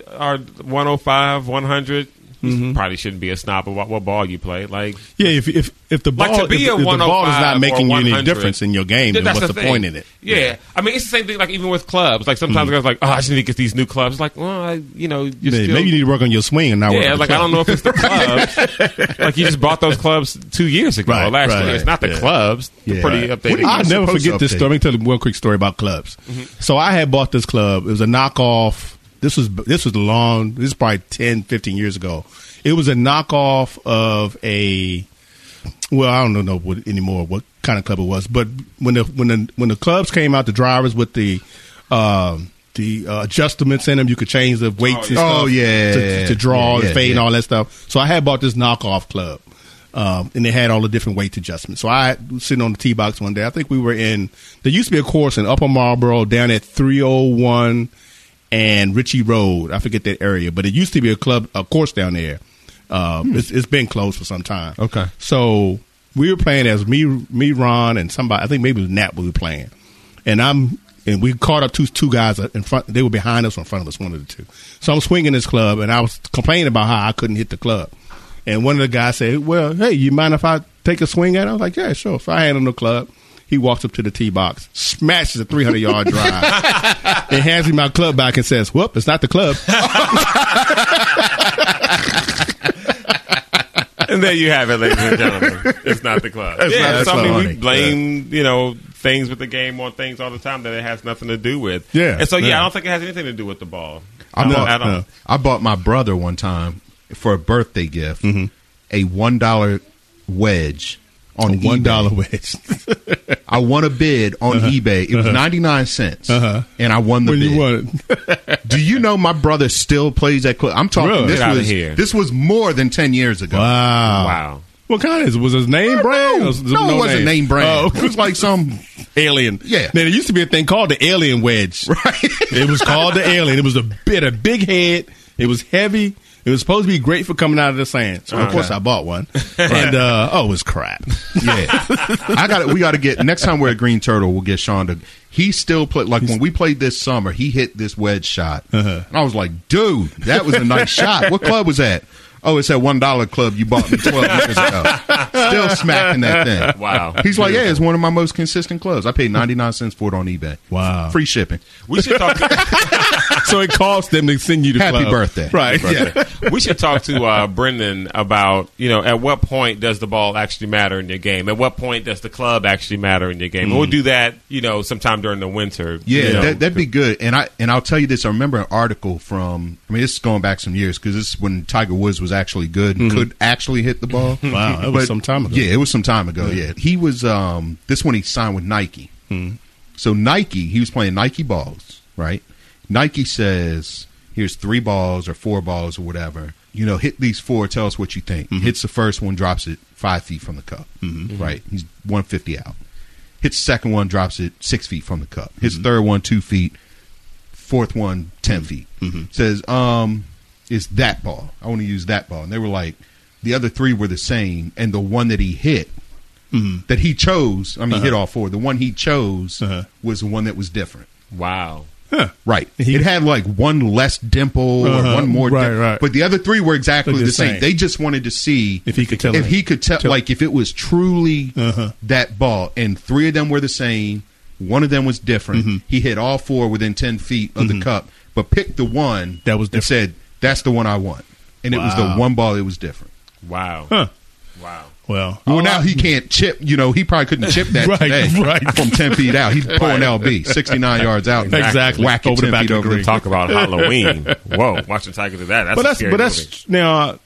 [SPEAKER 2] are 105, 100,
[SPEAKER 4] Mm-hmm.
[SPEAKER 2] you probably shouldn't be a snob about what ball you play. Like,
[SPEAKER 4] Yeah. If if if the ball
[SPEAKER 2] Like, to be
[SPEAKER 4] if,
[SPEAKER 2] a
[SPEAKER 4] if the ball is
[SPEAKER 2] 105
[SPEAKER 4] not
[SPEAKER 2] or
[SPEAKER 4] making you any
[SPEAKER 2] 100,
[SPEAKER 4] difference in your game, then
[SPEAKER 2] that's
[SPEAKER 4] what's the,
[SPEAKER 2] thing.
[SPEAKER 4] point in it?
[SPEAKER 2] Yeah. I mean, it's the same thing. Like even with clubs, like sometimes guys are like, oh, I just need to get these new clubs. It's Like, well, I, you know, you're
[SPEAKER 4] Yeah,
[SPEAKER 2] still,
[SPEAKER 4] Maybe you need to work on your swing and not work.
[SPEAKER 2] yeah,
[SPEAKER 4] on
[SPEAKER 2] like
[SPEAKER 4] the
[SPEAKER 2] I don't know if it's the clubs. like you just bought those clubs two years ago,
[SPEAKER 4] Right,
[SPEAKER 2] or last
[SPEAKER 4] right.
[SPEAKER 2] year. It's not the
[SPEAKER 4] Yeah.
[SPEAKER 2] clubs. They're
[SPEAKER 3] Yeah.
[SPEAKER 2] pretty updated.
[SPEAKER 3] Right. What
[SPEAKER 4] I'll
[SPEAKER 3] You're
[SPEAKER 4] never
[SPEAKER 3] supposed to
[SPEAKER 4] forget this
[SPEAKER 3] update.
[SPEAKER 4] story. Let me tell you one quick story about clubs.
[SPEAKER 2] Mm-hmm.
[SPEAKER 4] So I had bought this club. It was a knockoff. This was this was long. This is probably 10, 15 years ago. It was a knockoff of a well, I don't know what anymore what kind of club it was, but when the when the when the clubs came out, the drivers with the um the uh, adjustments in them, you could change the weights.
[SPEAKER 3] yeah.
[SPEAKER 4] and stuff
[SPEAKER 3] Oh, yeah.
[SPEAKER 4] to, to draw
[SPEAKER 3] Yeah,
[SPEAKER 4] and fade
[SPEAKER 3] yeah.
[SPEAKER 4] and all that stuff. So I had bought this knockoff club, um, and they had all the different weight adjustments. So I was sitting on the tee box one day. I think we were in. There used to be a course in Upper Marlboro down at three hundred one and Ritchie Road. I forget that area, but it used to be a club, a course down there. Um,
[SPEAKER 3] Hmm.
[SPEAKER 4] it's, it's been closed for some time.
[SPEAKER 5] Okay.
[SPEAKER 4] So we were playing as me, me, Ron, and somebody. I think maybe it was Nat. We were playing, and I'm and we caught up two two guys in front. They were behind us or in front of us, one of the two. So I'm swinging this club, and I was complaining about how I couldn't hit the club. And one of the guys said, "Well, hey, you mind if I take a swing at it?" I was like, "Yeah, sure." So I hand him the club. He walks up to the tee box, smashes a 300 yard drive, and hands me my club back and says, "Whoop, it's not the club."
[SPEAKER 2] And there you have it, ladies and gentlemen. It's not the club. yeah,
[SPEAKER 3] not the
[SPEAKER 2] so, I mean,
[SPEAKER 3] club.
[SPEAKER 2] we blame you know things with the game on things all the time that it has nothing to do with.
[SPEAKER 4] Yeah,
[SPEAKER 2] and so yeah,
[SPEAKER 4] yeah.
[SPEAKER 2] I don't think it has anything to do with the ball.
[SPEAKER 3] I
[SPEAKER 2] No,
[SPEAKER 3] bought, uh,
[SPEAKER 2] I don't.
[SPEAKER 3] I bought my brother one time for a birthday gift
[SPEAKER 4] Mm-hmm.
[SPEAKER 3] a one dollar wedge on eBay.
[SPEAKER 4] One dollar wedge.
[SPEAKER 3] I won a bid on eBay. It was ninety nine cents,
[SPEAKER 4] Uh-huh.
[SPEAKER 3] and I won the
[SPEAKER 4] when
[SPEAKER 3] bid.
[SPEAKER 4] you want it.
[SPEAKER 3] Do you know my brother still plays that club? I'm talking.
[SPEAKER 4] Really?
[SPEAKER 3] This
[SPEAKER 2] Get outta
[SPEAKER 3] was
[SPEAKER 2] here.
[SPEAKER 3] this was more than ten years ago.
[SPEAKER 2] Wow.
[SPEAKER 4] What kind is it? Was his name brand?
[SPEAKER 3] No,
[SPEAKER 4] Or was it
[SPEAKER 3] no, it wasn't name, brand.
[SPEAKER 4] Oh,
[SPEAKER 3] It was like some
[SPEAKER 4] alien.
[SPEAKER 3] Yeah.
[SPEAKER 4] Now, there used to be a thing called the alien wedge. Right. it was called the alien. It was a bit a big head. It was heavy. It was supposed to be great for coming out of the sand. So of course I bought one. And uh, oh, it was crap.
[SPEAKER 3] Yeah, I got. to We got to get next time we're at Green Turtle. We'll get Sean to. He still played like when we played this summer. He hit this wedge shot, and I was like, "Dude, that was a nice shot." What club was that? Oh, it's that one dollar club you bought me twelve years ago. Still smacking that thing.
[SPEAKER 2] Wow.
[SPEAKER 3] He's like, "Yeah, it's one of my most consistent clubs. I paid ninety nine cents for it on eBay.
[SPEAKER 4] Wow.
[SPEAKER 3] free shipping.
[SPEAKER 2] We should talk.
[SPEAKER 4] so it cost them to send you the
[SPEAKER 3] Happy
[SPEAKER 4] club.
[SPEAKER 3] birthday.
[SPEAKER 4] Right.
[SPEAKER 3] Happy
[SPEAKER 4] Yeah.
[SPEAKER 2] we should talk to uh, Brendan about you know at what point does the ball actually matter in your game? At what point does the club actually matter in your game? And we'll do that you know sometime during the winter.
[SPEAKER 3] Yeah,
[SPEAKER 2] you know.
[SPEAKER 3] that, that'd be good. And I and I'll tell you this. I remember an article from. I mean, this is going back some years because this is when Tiger Woods was actually good and could actually hit the ball.
[SPEAKER 4] Wow, that was some time ago.
[SPEAKER 3] Yeah, it was some time ago. Yeah, he was. Um, this when he signed with Nike.
[SPEAKER 4] Hmm.
[SPEAKER 3] So Nike, he was playing Nike balls, right? Nike says, "Here's three balls or four balls or whatever. You know, hit these four. Tell us what you think."
[SPEAKER 4] Mm-hmm.
[SPEAKER 3] Hits the first one, drops it five feet from the cup. Right, he's one fifty out. Hits the second one, drops it six feet from the cup. Hits
[SPEAKER 4] Mm-hmm.
[SPEAKER 3] the third one, two feet. Fourth one, ten feet. Says, um, it's that ball. I want to use that ball. And they were like, the other three were the same, and the one that he hit, that he chose, I mean, he hit all four. The one he chose
[SPEAKER 4] Uh-huh.
[SPEAKER 3] was the one that was different.
[SPEAKER 2] wow.
[SPEAKER 3] Right. it had like one less dimple or
[SPEAKER 4] Uh-huh.
[SPEAKER 3] one more
[SPEAKER 4] Right,
[SPEAKER 3] dimple.
[SPEAKER 4] right.
[SPEAKER 3] But the other three were exactly
[SPEAKER 4] Look
[SPEAKER 3] the
[SPEAKER 4] the
[SPEAKER 3] same.
[SPEAKER 4] same.
[SPEAKER 3] They just wanted to see
[SPEAKER 4] If he could tell
[SPEAKER 3] if
[SPEAKER 4] it.
[SPEAKER 3] he could tell,
[SPEAKER 4] Tell-
[SPEAKER 3] like if it was truly
[SPEAKER 4] Uh-huh.
[SPEAKER 3] that ball and three of them were the same, one of them was different.
[SPEAKER 4] Mm-hmm.
[SPEAKER 3] He hit all four within 10 feet of the cup, but picked the one
[SPEAKER 4] That was
[SPEAKER 3] said, that's the one I want. And it was the
[SPEAKER 4] Wow.
[SPEAKER 3] one ball that was different.
[SPEAKER 2] Wow.
[SPEAKER 4] Huh.
[SPEAKER 2] Wow.
[SPEAKER 4] Well,
[SPEAKER 3] Well,
[SPEAKER 4] all
[SPEAKER 3] now
[SPEAKER 4] Oh, I-
[SPEAKER 3] he can't chip. You know, he probably couldn't chip that
[SPEAKER 4] Right,
[SPEAKER 3] today
[SPEAKER 4] right.
[SPEAKER 3] from ten feet out. He's pulling LB sixty nine yards out, and
[SPEAKER 4] Exactly.
[SPEAKER 3] whack it
[SPEAKER 4] Over the
[SPEAKER 3] 10
[SPEAKER 4] back
[SPEAKER 3] feet
[SPEAKER 4] of the
[SPEAKER 3] over the
[SPEAKER 4] green.
[SPEAKER 2] Talk about Halloween. Whoa, watching Tiger do that. That's
[SPEAKER 4] but
[SPEAKER 2] a
[SPEAKER 4] that's
[SPEAKER 2] scary
[SPEAKER 4] but
[SPEAKER 2] movie.
[SPEAKER 4] that's now. uh,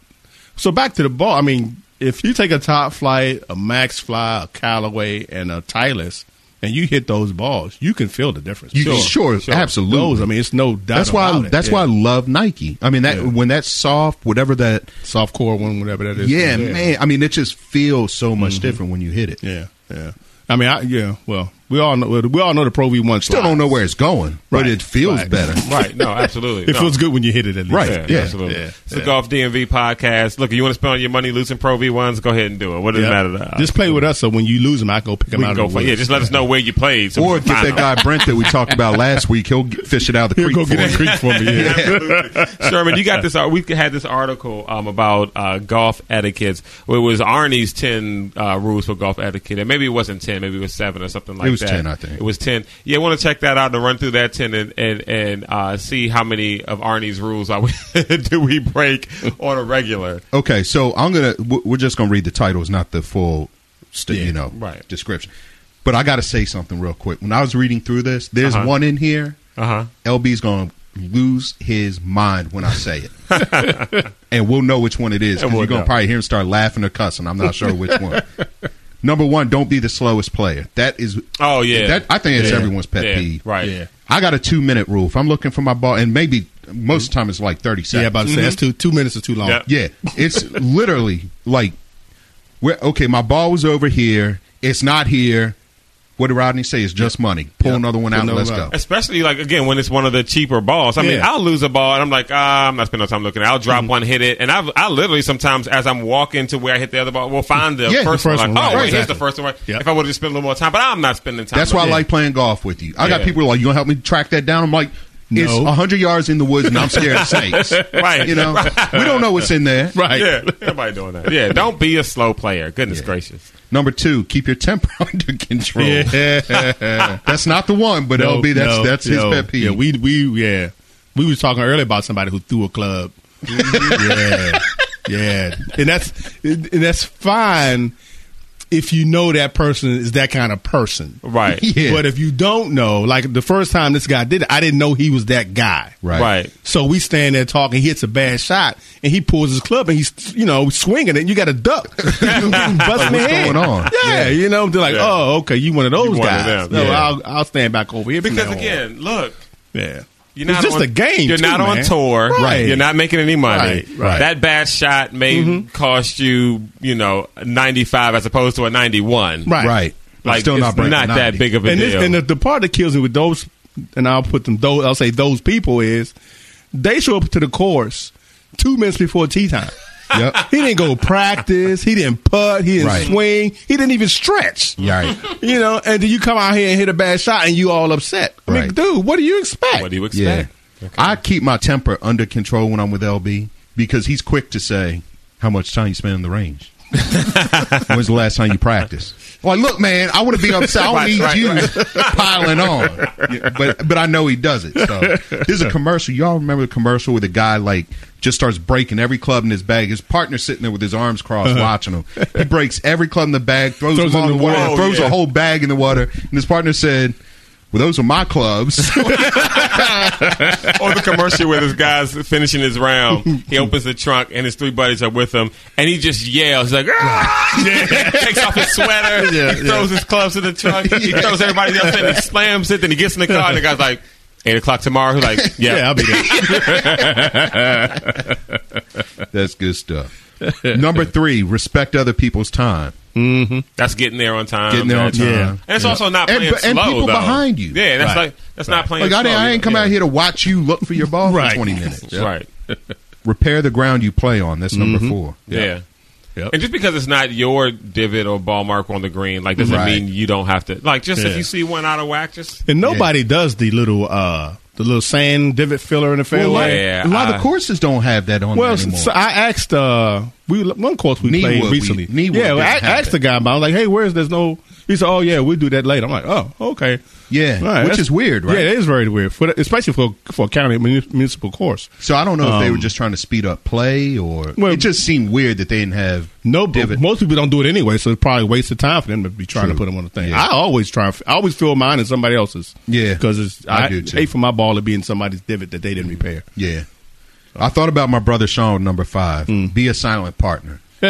[SPEAKER 4] So back to the ball. I mean, if you take a top flight, a max fly, a Callaway, and a Tylus, and you hit those balls, you can feel the difference.
[SPEAKER 3] You- sure, absolutely.
[SPEAKER 4] Those, I mean, it's no doubt.
[SPEAKER 3] That's why.
[SPEAKER 4] about it.
[SPEAKER 3] That's
[SPEAKER 4] Yeah.
[SPEAKER 3] why I love Nike. I mean, that
[SPEAKER 4] Yeah.
[SPEAKER 3] when that's soft, whatever that.
[SPEAKER 4] softcore one, whatever that is.
[SPEAKER 3] Yeah, man. I mean, it just feels so much different when you hit it.
[SPEAKER 4] Mm-hmm. Yeah, yeah. I mean, I, yeah. Well, we all know we all know the Pro V one.
[SPEAKER 3] Still don't know where it's going, but
[SPEAKER 4] Right.
[SPEAKER 3] it feels
[SPEAKER 4] Right.
[SPEAKER 3] better.
[SPEAKER 2] right. No, absolutely.
[SPEAKER 4] It
[SPEAKER 2] no.
[SPEAKER 4] feels good when you hit it at least.
[SPEAKER 3] Right.
[SPEAKER 2] Yeah,
[SPEAKER 3] Yeah.
[SPEAKER 2] absolutely.
[SPEAKER 4] Yeah.
[SPEAKER 2] It's the Golf DMV podcast. Look, you want to spend all your money losing Pro V ones? Go ahead and do it. What does
[SPEAKER 4] Yeah.
[SPEAKER 2] it matter?
[SPEAKER 4] Just play with us, so when you lose them, I go pick them
[SPEAKER 2] we can
[SPEAKER 4] out. of
[SPEAKER 2] go
[SPEAKER 4] the
[SPEAKER 2] for,
[SPEAKER 4] woods.
[SPEAKER 2] yeah. Just let us know where you played. So
[SPEAKER 3] Or
[SPEAKER 2] we can
[SPEAKER 3] get
[SPEAKER 2] find
[SPEAKER 3] that guy Brent that we talked about last week. He'll get- fish it out of the
[SPEAKER 4] He'll
[SPEAKER 3] creek.
[SPEAKER 4] go
[SPEAKER 3] for
[SPEAKER 4] get a
[SPEAKER 3] you.
[SPEAKER 4] creek for me. Yeah.
[SPEAKER 2] Sherman, you got this. uh, We've had this article um, about uh, golf etiquettes. It was Arnie's ten uh, rules for golf etiquette, and maybe it wasn't ten, maybe it was seven or something like that.
[SPEAKER 3] It was 10, I think.
[SPEAKER 2] It was ten. Yeah, want to check that out to run through that ten and and, and uh, see how many of Arnie's rules are we, do we break on a regular.
[SPEAKER 3] Okay, so I'm gonna. w- We're just gonna read the titles, not the full, st-
[SPEAKER 4] Yeah,
[SPEAKER 3] you know,
[SPEAKER 2] right.
[SPEAKER 3] description. But I got to say something real quick. When I was reading through this, there's
[SPEAKER 2] Uh-huh.
[SPEAKER 3] one in here.
[SPEAKER 2] Uh huh.
[SPEAKER 3] LB's gonna lose his mind when I say it, and we'll know which one it is because
[SPEAKER 2] we'll
[SPEAKER 3] you're gonna
[SPEAKER 2] know.
[SPEAKER 3] probably hear him start laughing or cussing. I'm not sure which one. Number one, don't be the slowest player. That is,
[SPEAKER 2] Oh, yeah.
[SPEAKER 3] that, I think it's
[SPEAKER 4] Yeah.
[SPEAKER 3] everyone's pet
[SPEAKER 2] Yeah,
[SPEAKER 3] peeve.
[SPEAKER 2] right.
[SPEAKER 4] Yeah.
[SPEAKER 3] I got a two minute rule. If I'm looking for my ball, and maybe most of the time it's like 30 seconds. Mm-hmm.
[SPEAKER 4] Yeah, about to say that's two two minutes is too long.
[SPEAKER 2] Mm-hmm. Yeah.
[SPEAKER 3] Yeah, it's literally like, where okay, my ball was over here. It's not here. What did Rodney say? It's just money. Pull
[SPEAKER 4] Yep.
[SPEAKER 3] another one
[SPEAKER 4] Pull
[SPEAKER 3] out. and
[SPEAKER 4] another
[SPEAKER 3] Let's
[SPEAKER 4] one
[SPEAKER 3] go.
[SPEAKER 4] out.
[SPEAKER 2] Especially like again when it's one of the cheaper balls. I mean,
[SPEAKER 4] Yeah. Mm-hmm.
[SPEAKER 2] I'll lose a ball and I'm like, ah, I'm not spending no time looking. I'll drop one, hit it, and I I literally sometimes as I'm walking to where I hit the other ball, will find the
[SPEAKER 3] Yeah, the
[SPEAKER 2] first,
[SPEAKER 4] first
[SPEAKER 2] one.
[SPEAKER 4] one,
[SPEAKER 2] Like,
[SPEAKER 4] right,
[SPEAKER 2] oh, wait, here's
[SPEAKER 4] exactly.
[SPEAKER 2] the first one. Right?
[SPEAKER 4] Yeah.
[SPEAKER 2] If I would have spent a little more time, but I'm not spending time.
[SPEAKER 3] That's why I
[SPEAKER 2] looking.
[SPEAKER 3] like playing golf with you. I got
[SPEAKER 2] Yeah.
[SPEAKER 3] people who are like, you gonna help me track that down. I'm like. It's
[SPEAKER 4] No.
[SPEAKER 3] a hundred yards in the woods, and I'm scared of snakes.
[SPEAKER 2] Right.
[SPEAKER 3] You know, we don't know what's in there.
[SPEAKER 4] Right.
[SPEAKER 2] Yeah, everybody doing that. Yeah, don't be a slow player. Goodness gracious.
[SPEAKER 3] Number two, keep your temper under control.
[SPEAKER 4] Yeah.
[SPEAKER 3] That's not the one, but
[SPEAKER 4] No,
[SPEAKER 3] LB, that's
[SPEAKER 4] no,
[SPEAKER 3] that's
[SPEAKER 4] no.
[SPEAKER 3] his pet peeve.
[SPEAKER 4] Yeah, we we yeah. We was talking earlier about somebody who threw a club.
[SPEAKER 3] Mm-hmm.
[SPEAKER 4] yeah. Yeah. And that's and that's fine if you know that person is that kind of person.
[SPEAKER 2] Right.
[SPEAKER 3] Yeah.
[SPEAKER 4] But if you don't know, like the first time this guy did it, I didn't know he was that guy.
[SPEAKER 3] Right.
[SPEAKER 2] Right.
[SPEAKER 4] So we stand there talking. He hits a bad shot, and he pulls his club, and he's you know swinging it. and You got to duck. Bust What's
[SPEAKER 3] going on?
[SPEAKER 4] Yeah, you know they're like,
[SPEAKER 2] Yeah.
[SPEAKER 4] oh, okay, you one of those
[SPEAKER 2] one of
[SPEAKER 4] guys.
[SPEAKER 2] them.
[SPEAKER 4] No,
[SPEAKER 2] Yeah.
[SPEAKER 4] I'll I'll stand back over here from
[SPEAKER 2] Because
[SPEAKER 4] now on.
[SPEAKER 2] again, look,
[SPEAKER 4] yeah,
[SPEAKER 2] you're
[SPEAKER 4] it's
[SPEAKER 2] not
[SPEAKER 4] just
[SPEAKER 2] on,
[SPEAKER 4] a game.
[SPEAKER 2] You're
[SPEAKER 4] too,
[SPEAKER 2] not on
[SPEAKER 4] man.
[SPEAKER 2] tour.
[SPEAKER 4] right?
[SPEAKER 2] You're not making any money.
[SPEAKER 4] Right, right. Mm-hmm.
[SPEAKER 2] That bad shot may cost you, you know, 95 as opposed to a 91.
[SPEAKER 4] Right.
[SPEAKER 3] Right. I'm
[SPEAKER 2] Like, it's
[SPEAKER 3] breaking
[SPEAKER 2] not
[SPEAKER 3] 90.
[SPEAKER 2] that big of a
[SPEAKER 4] and, this,
[SPEAKER 2] deal.
[SPEAKER 4] and the, the part that kills me with those, and I'll put them those, I'll say those people is they show up to the course two minutes before tea time.
[SPEAKER 3] Yep.
[SPEAKER 4] He didn't go practice. He didn't putt. He didn't
[SPEAKER 3] Right.
[SPEAKER 4] swing. He didn't even stretch.
[SPEAKER 3] Right.
[SPEAKER 4] You know, and then you come out here and hit a bad shot, and you all upset. I mean,
[SPEAKER 3] Right.
[SPEAKER 4] dude, what do you expect?
[SPEAKER 2] what do you
[SPEAKER 3] Yeah.
[SPEAKER 2] expect?
[SPEAKER 3] I keep my temper under control when I'm with LB because he's quick to say how much time you spend in the range. When's the last time you practiced? Well, look, man, I want to be upset. I don't
[SPEAKER 2] Right,
[SPEAKER 3] need
[SPEAKER 2] right,
[SPEAKER 3] you
[SPEAKER 2] right.
[SPEAKER 3] piling on. Yeah, But but I know he does it. So there's a commercial. Y'all remember the commercial where the guy like just starts breaking every club in his bag. His partner's sitting there with his arms crossed, watching him. He breaks every club in the bag, throws,
[SPEAKER 4] Throws
[SPEAKER 3] them all
[SPEAKER 4] in
[SPEAKER 3] in
[SPEAKER 4] the
[SPEAKER 3] the water,
[SPEAKER 4] water.
[SPEAKER 3] and throws
[SPEAKER 2] Oh, yeah.
[SPEAKER 3] a whole bag in the water. And his partner said, "Well, those are my clubs."
[SPEAKER 2] or the commercial where this guy's finishing his round. He opens the trunk and his three buddies are with him, and he just yells. He's like, "Ah!" takes off his sweater,
[SPEAKER 3] Yeah,
[SPEAKER 2] he throws his clubs in the trunk, he throws everybody else in, he slams it, then he gets in the car, and the guy's like, 8 o'clock tomorrow? He's like, yeah.
[SPEAKER 4] Yeah, I'll be there.
[SPEAKER 3] That's good stuff. Number three, respect other people's time.
[SPEAKER 2] That's getting there on time.
[SPEAKER 3] Getting there on
[SPEAKER 2] man.
[SPEAKER 3] time.
[SPEAKER 4] Yeah.
[SPEAKER 2] And it's also not
[SPEAKER 3] And-
[SPEAKER 2] playing
[SPEAKER 3] but- and
[SPEAKER 2] slow,
[SPEAKER 3] people
[SPEAKER 2] though.
[SPEAKER 3] behind you.
[SPEAKER 2] Yeah, that's
[SPEAKER 4] Right.
[SPEAKER 2] like that's not playing
[SPEAKER 3] Like I,
[SPEAKER 2] slow.
[SPEAKER 3] didn't, I ain't come
[SPEAKER 2] Yeah.
[SPEAKER 3] out here to watch you look for your ball
[SPEAKER 4] oh, Right. Mm-hmm.
[SPEAKER 3] for twenty minutes.
[SPEAKER 2] That's right.
[SPEAKER 3] Repair the ground you play on. That's number four.
[SPEAKER 2] Yeah.
[SPEAKER 4] Yep.
[SPEAKER 2] And just because it's not your divot or ball mark on the green, like doesn't
[SPEAKER 3] Right.
[SPEAKER 2] mean you don't have to. Like just
[SPEAKER 4] Yeah.
[SPEAKER 2] if you see one out of whack, just
[SPEAKER 4] And nobody does the little uh the little sand divot filler in the fairway.
[SPEAKER 2] like-
[SPEAKER 3] a lot
[SPEAKER 2] I-
[SPEAKER 3] of courses don't have that on
[SPEAKER 4] Well,
[SPEAKER 3] there anymore.
[SPEAKER 4] so I asked uh, we one course we
[SPEAKER 3] Kneewood,
[SPEAKER 4] played
[SPEAKER 3] we-
[SPEAKER 4] recently.
[SPEAKER 3] Kneewood
[SPEAKER 4] yeah,
[SPEAKER 3] doesn't
[SPEAKER 4] I, I
[SPEAKER 3] have
[SPEAKER 4] asked
[SPEAKER 3] it.
[SPEAKER 4] the guy about. it. I was like, "Hey, where's there's no?" He said, "Oh yeah, we'll do that later." I'm like, "Oh, okay."
[SPEAKER 3] Yeah,
[SPEAKER 4] All right,
[SPEAKER 3] which
[SPEAKER 4] that's-
[SPEAKER 3] is weird, right?
[SPEAKER 4] Yeah, it is very weird, for, the- especially for for a county muni- municipal course.
[SPEAKER 3] so I don't know if they
[SPEAKER 4] Um,
[SPEAKER 3] were just trying to speed up play or
[SPEAKER 4] Well-
[SPEAKER 3] it just seemed weird that they didn't have
[SPEAKER 4] No, but
[SPEAKER 3] divot.
[SPEAKER 4] most people don't do it anyway, so it's probably a waste of time for them to be trying to
[SPEAKER 3] True.
[SPEAKER 4] put them on the thing.
[SPEAKER 3] Yeah.
[SPEAKER 4] I always try. I always feel mine and somebody else's.
[SPEAKER 3] Yeah,
[SPEAKER 4] because I,
[SPEAKER 3] I
[SPEAKER 4] I
[SPEAKER 3] do, too.
[SPEAKER 4] hate for my ball to be in somebody's divot that they didn't repair.
[SPEAKER 3] Yeah. I thought about my brother Sean number five.
[SPEAKER 4] Hmm.
[SPEAKER 3] Be a silent partner.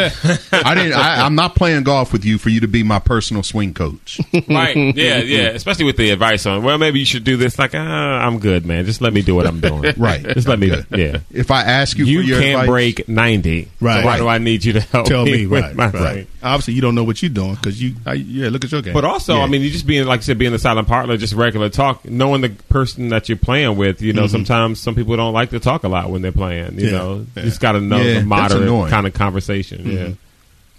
[SPEAKER 3] I didn't. I, I'm not playing golf with you for you to be my personal swing coach.
[SPEAKER 2] right. Yeah, yeah. Especially with the advice on, well, maybe you should do this. Like, ah, I'm good, man. Just let me do what I'm doing.
[SPEAKER 3] Right.
[SPEAKER 2] Just let me.
[SPEAKER 3] Okay.
[SPEAKER 2] Yeah.
[SPEAKER 3] If I ask you,
[SPEAKER 2] You
[SPEAKER 3] for your
[SPEAKER 2] can't
[SPEAKER 3] advice-
[SPEAKER 2] break ninety.
[SPEAKER 4] Right.
[SPEAKER 2] So why do I need you to help?
[SPEAKER 4] Tell me,
[SPEAKER 2] with
[SPEAKER 4] right,
[SPEAKER 2] my
[SPEAKER 4] right,
[SPEAKER 2] thing?
[SPEAKER 4] Obviously, you don't know what you're doing because you, I, yeah. Look at your game,
[SPEAKER 2] But also, I mean, you just being like I said, being a silent partner, just regular talk, knowing the person that you're playing with. You know, sometimes some people don't like to talk a lot when they're playing. You
[SPEAKER 4] Yeah.
[SPEAKER 2] know,
[SPEAKER 4] Yeah.
[SPEAKER 2] you just got to know
[SPEAKER 3] Yeah,
[SPEAKER 2] the
[SPEAKER 3] that's
[SPEAKER 2] moderate
[SPEAKER 3] annoying.
[SPEAKER 2] kind of conversation.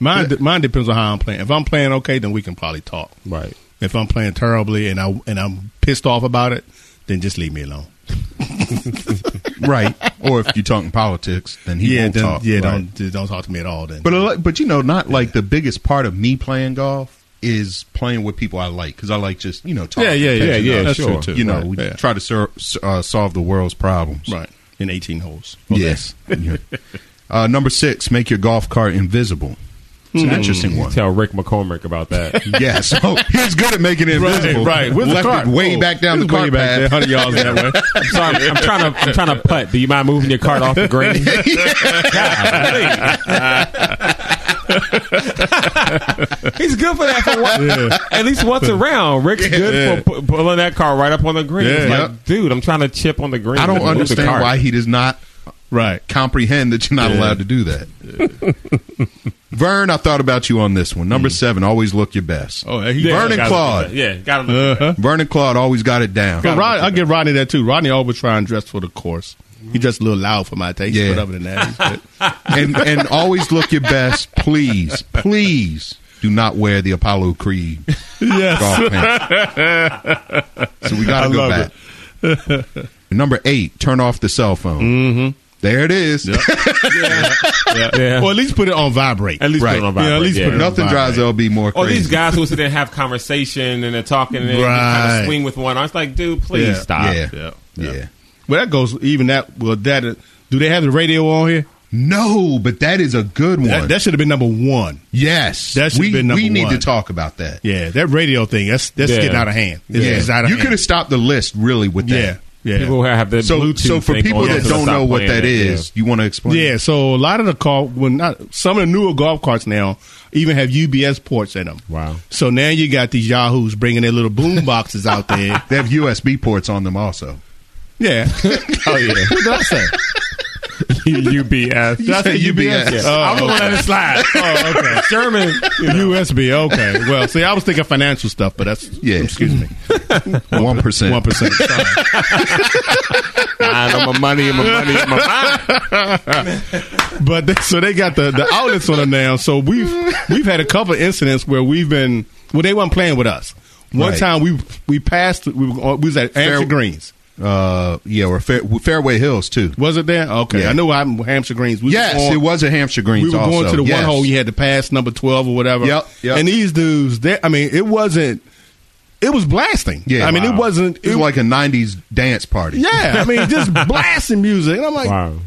[SPEAKER 4] Mine, mine depends on how I'm playing. If I'm playing okay, then we can probably talk.
[SPEAKER 2] Yeah, right.
[SPEAKER 4] If I'm playing terribly and I and I'm pissed off about it, then just leave me alone.
[SPEAKER 3] right? Or if you're talking politics, then he
[SPEAKER 4] yeah,
[SPEAKER 3] won't
[SPEAKER 4] then,
[SPEAKER 3] talk.
[SPEAKER 4] yeah,
[SPEAKER 3] right?
[SPEAKER 4] don't just don't talk to me at all. Then,
[SPEAKER 3] But a lot- but you know, not like the biggest part of me playing golf is playing with people I like because I like just you know talking.
[SPEAKER 4] yeah, yeah, yeah,
[SPEAKER 3] catching
[SPEAKER 4] yeah,
[SPEAKER 3] up.
[SPEAKER 4] that's true, too.
[SPEAKER 3] You know,
[SPEAKER 4] Right,
[SPEAKER 3] we
[SPEAKER 4] yeah.
[SPEAKER 3] try to ser- s- uh, solve the world's problems.
[SPEAKER 4] right in 18 holes.
[SPEAKER 3] yes. Yeah. Uh, number six, make your golf cart invisible. It's an
[SPEAKER 4] Hmm.
[SPEAKER 3] interesting one.
[SPEAKER 2] Tell Rick McCormick about that.
[SPEAKER 3] Yeah, so he was good at making it invisible.
[SPEAKER 4] right. Where's the
[SPEAKER 3] Left
[SPEAKER 4] cart?
[SPEAKER 3] it way
[SPEAKER 4] Oh,
[SPEAKER 3] back down the
[SPEAKER 4] it's way
[SPEAKER 3] cart
[SPEAKER 4] back there,
[SPEAKER 3] path.
[SPEAKER 4] 100 yards that way.
[SPEAKER 2] Sorry, I'm, I'm trying to I'm trying to putt. Do you mind moving your cart off the green? He's good for that for one, at least once around. Rick's good for pu- pulling that car right up on the green. It's
[SPEAKER 4] Yeah.
[SPEAKER 2] like, dude, I'm trying to chip on the green.
[SPEAKER 3] I don't
[SPEAKER 2] Move the
[SPEAKER 3] understand
[SPEAKER 2] cart.
[SPEAKER 3] why he does not
[SPEAKER 4] Right.
[SPEAKER 3] comprehend that you're not allowed to do that. Vern, I thought about you on this one. Number seven, always look your best.
[SPEAKER 4] Oh, he
[SPEAKER 2] Yeah,
[SPEAKER 3] Vernon
[SPEAKER 2] gotta
[SPEAKER 3] Claude. Uh-huh.
[SPEAKER 2] look at that. Yeah, got him. look at that.
[SPEAKER 3] Vern and Claude always got it down.
[SPEAKER 4] But Rod, I give Rodney that too. Rodney always try and dress for the course. He dressed a little loud for my taste,
[SPEAKER 3] Yeah.
[SPEAKER 4] but other than that, he's good.
[SPEAKER 3] and and always look your best. Please, please do not wear the Apollo Creed golf pants. So we got to go
[SPEAKER 4] love
[SPEAKER 3] back. Number eight, turn off the cell phone. Mm-hmm. There it is.
[SPEAKER 2] Yeah.
[SPEAKER 4] Or at least put it on vibrate.
[SPEAKER 2] At least
[SPEAKER 3] Right.
[SPEAKER 2] put it on
[SPEAKER 4] Yeah,
[SPEAKER 2] vibrate.
[SPEAKER 4] at least put it on
[SPEAKER 3] Nothing drives LB more
[SPEAKER 2] Or
[SPEAKER 3] crazy.
[SPEAKER 2] Oh, these guys who sit there and have conversation and they're talking and they kind
[SPEAKER 4] Right.
[SPEAKER 2] of swing with one. I was like, dude, please
[SPEAKER 4] Yeah.
[SPEAKER 2] stop.
[SPEAKER 3] Yeah.
[SPEAKER 4] Yeah.
[SPEAKER 3] yeah.
[SPEAKER 4] Well, that goes even that. Well, that do they have the radio on here?
[SPEAKER 3] No, but that is a good one.
[SPEAKER 4] That, that should have been number one.
[SPEAKER 3] yes,
[SPEAKER 4] that should've
[SPEAKER 3] we
[SPEAKER 4] been number
[SPEAKER 3] we need
[SPEAKER 4] one.
[SPEAKER 3] to talk about that.
[SPEAKER 4] Yeah, that radio thing. That's that's
[SPEAKER 2] Yeah.
[SPEAKER 4] getting out of hand. It's,
[SPEAKER 3] Yeah.
[SPEAKER 4] it's out of
[SPEAKER 3] you could
[SPEAKER 4] hand.
[SPEAKER 3] have stopped the list really with that.
[SPEAKER 4] Yeah, yeah.
[SPEAKER 2] People who have the
[SPEAKER 3] So,
[SPEAKER 2] Bluetooth
[SPEAKER 3] so for
[SPEAKER 2] thing
[SPEAKER 3] people
[SPEAKER 2] going
[SPEAKER 3] that
[SPEAKER 2] on,
[SPEAKER 3] don't
[SPEAKER 2] stop
[SPEAKER 3] know what
[SPEAKER 2] playing
[SPEAKER 3] that
[SPEAKER 2] it, yeah.
[SPEAKER 3] is, you want to explain?
[SPEAKER 4] Yeah, so a lot of the car, well, not some of the newer golf carts now even have UBS ports in them.
[SPEAKER 2] Wow.
[SPEAKER 4] So now you got these yahoos bringing their little boom boxes out there.
[SPEAKER 3] They have USB ports on them also.
[SPEAKER 4] Yeah. oh yeah. What did I say?
[SPEAKER 2] UBS.
[SPEAKER 4] Did I say
[SPEAKER 3] You said
[SPEAKER 4] UBS?
[SPEAKER 3] UBS.
[SPEAKER 4] Oh,
[SPEAKER 2] I'm gonna let it slide.
[SPEAKER 4] Oh, okay.
[SPEAKER 2] German.
[SPEAKER 4] USB. Okay. Well, see, I was thinking financial stuff, but that's
[SPEAKER 3] Yeah.
[SPEAKER 4] Excuse me.
[SPEAKER 3] One percent.
[SPEAKER 4] One percent.
[SPEAKER 2] Mind on my money and my money and my mind.
[SPEAKER 4] But they, so they got the, the outlets on them now. So we've we've had a couple of incidents where we've been well, they weren't playing with us. One
[SPEAKER 3] Right.
[SPEAKER 4] time we we passed. We, were, on- we was at Hampshire Greens.
[SPEAKER 3] Uh, yeah, or fair, Fairway Hills too.
[SPEAKER 4] Was it there? Okay,
[SPEAKER 3] Yeah.
[SPEAKER 4] I know I'm Hampshire Greens. We
[SPEAKER 3] Yes,
[SPEAKER 4] was on-
[SPEAKER 3] it was a Hampshire Greens.
[SPEAKER 4] We were
[SPEAKER 3] also.
[SPEAKER 4] going to the
[SPEAKER 3] Yes.
[SPEAKER 4] one hole. You had to pass number twelve or whatever.
[SPEAKER 3] Yep, yep.
[SPEAKER 4] And these dudes, they, I mean, it wasn't. It was blasting.
[SPEAKER 3] Yeah.
[SPEAKER 4] I mean,
[SPEAKER 3] Wow.
[SPEAKER 4] it wasn't.
[SPEAKER 3] It was like a '90s dance party.
[SPEAKER 4] Yeah, I mean, just blasting music. And I'm like, I'm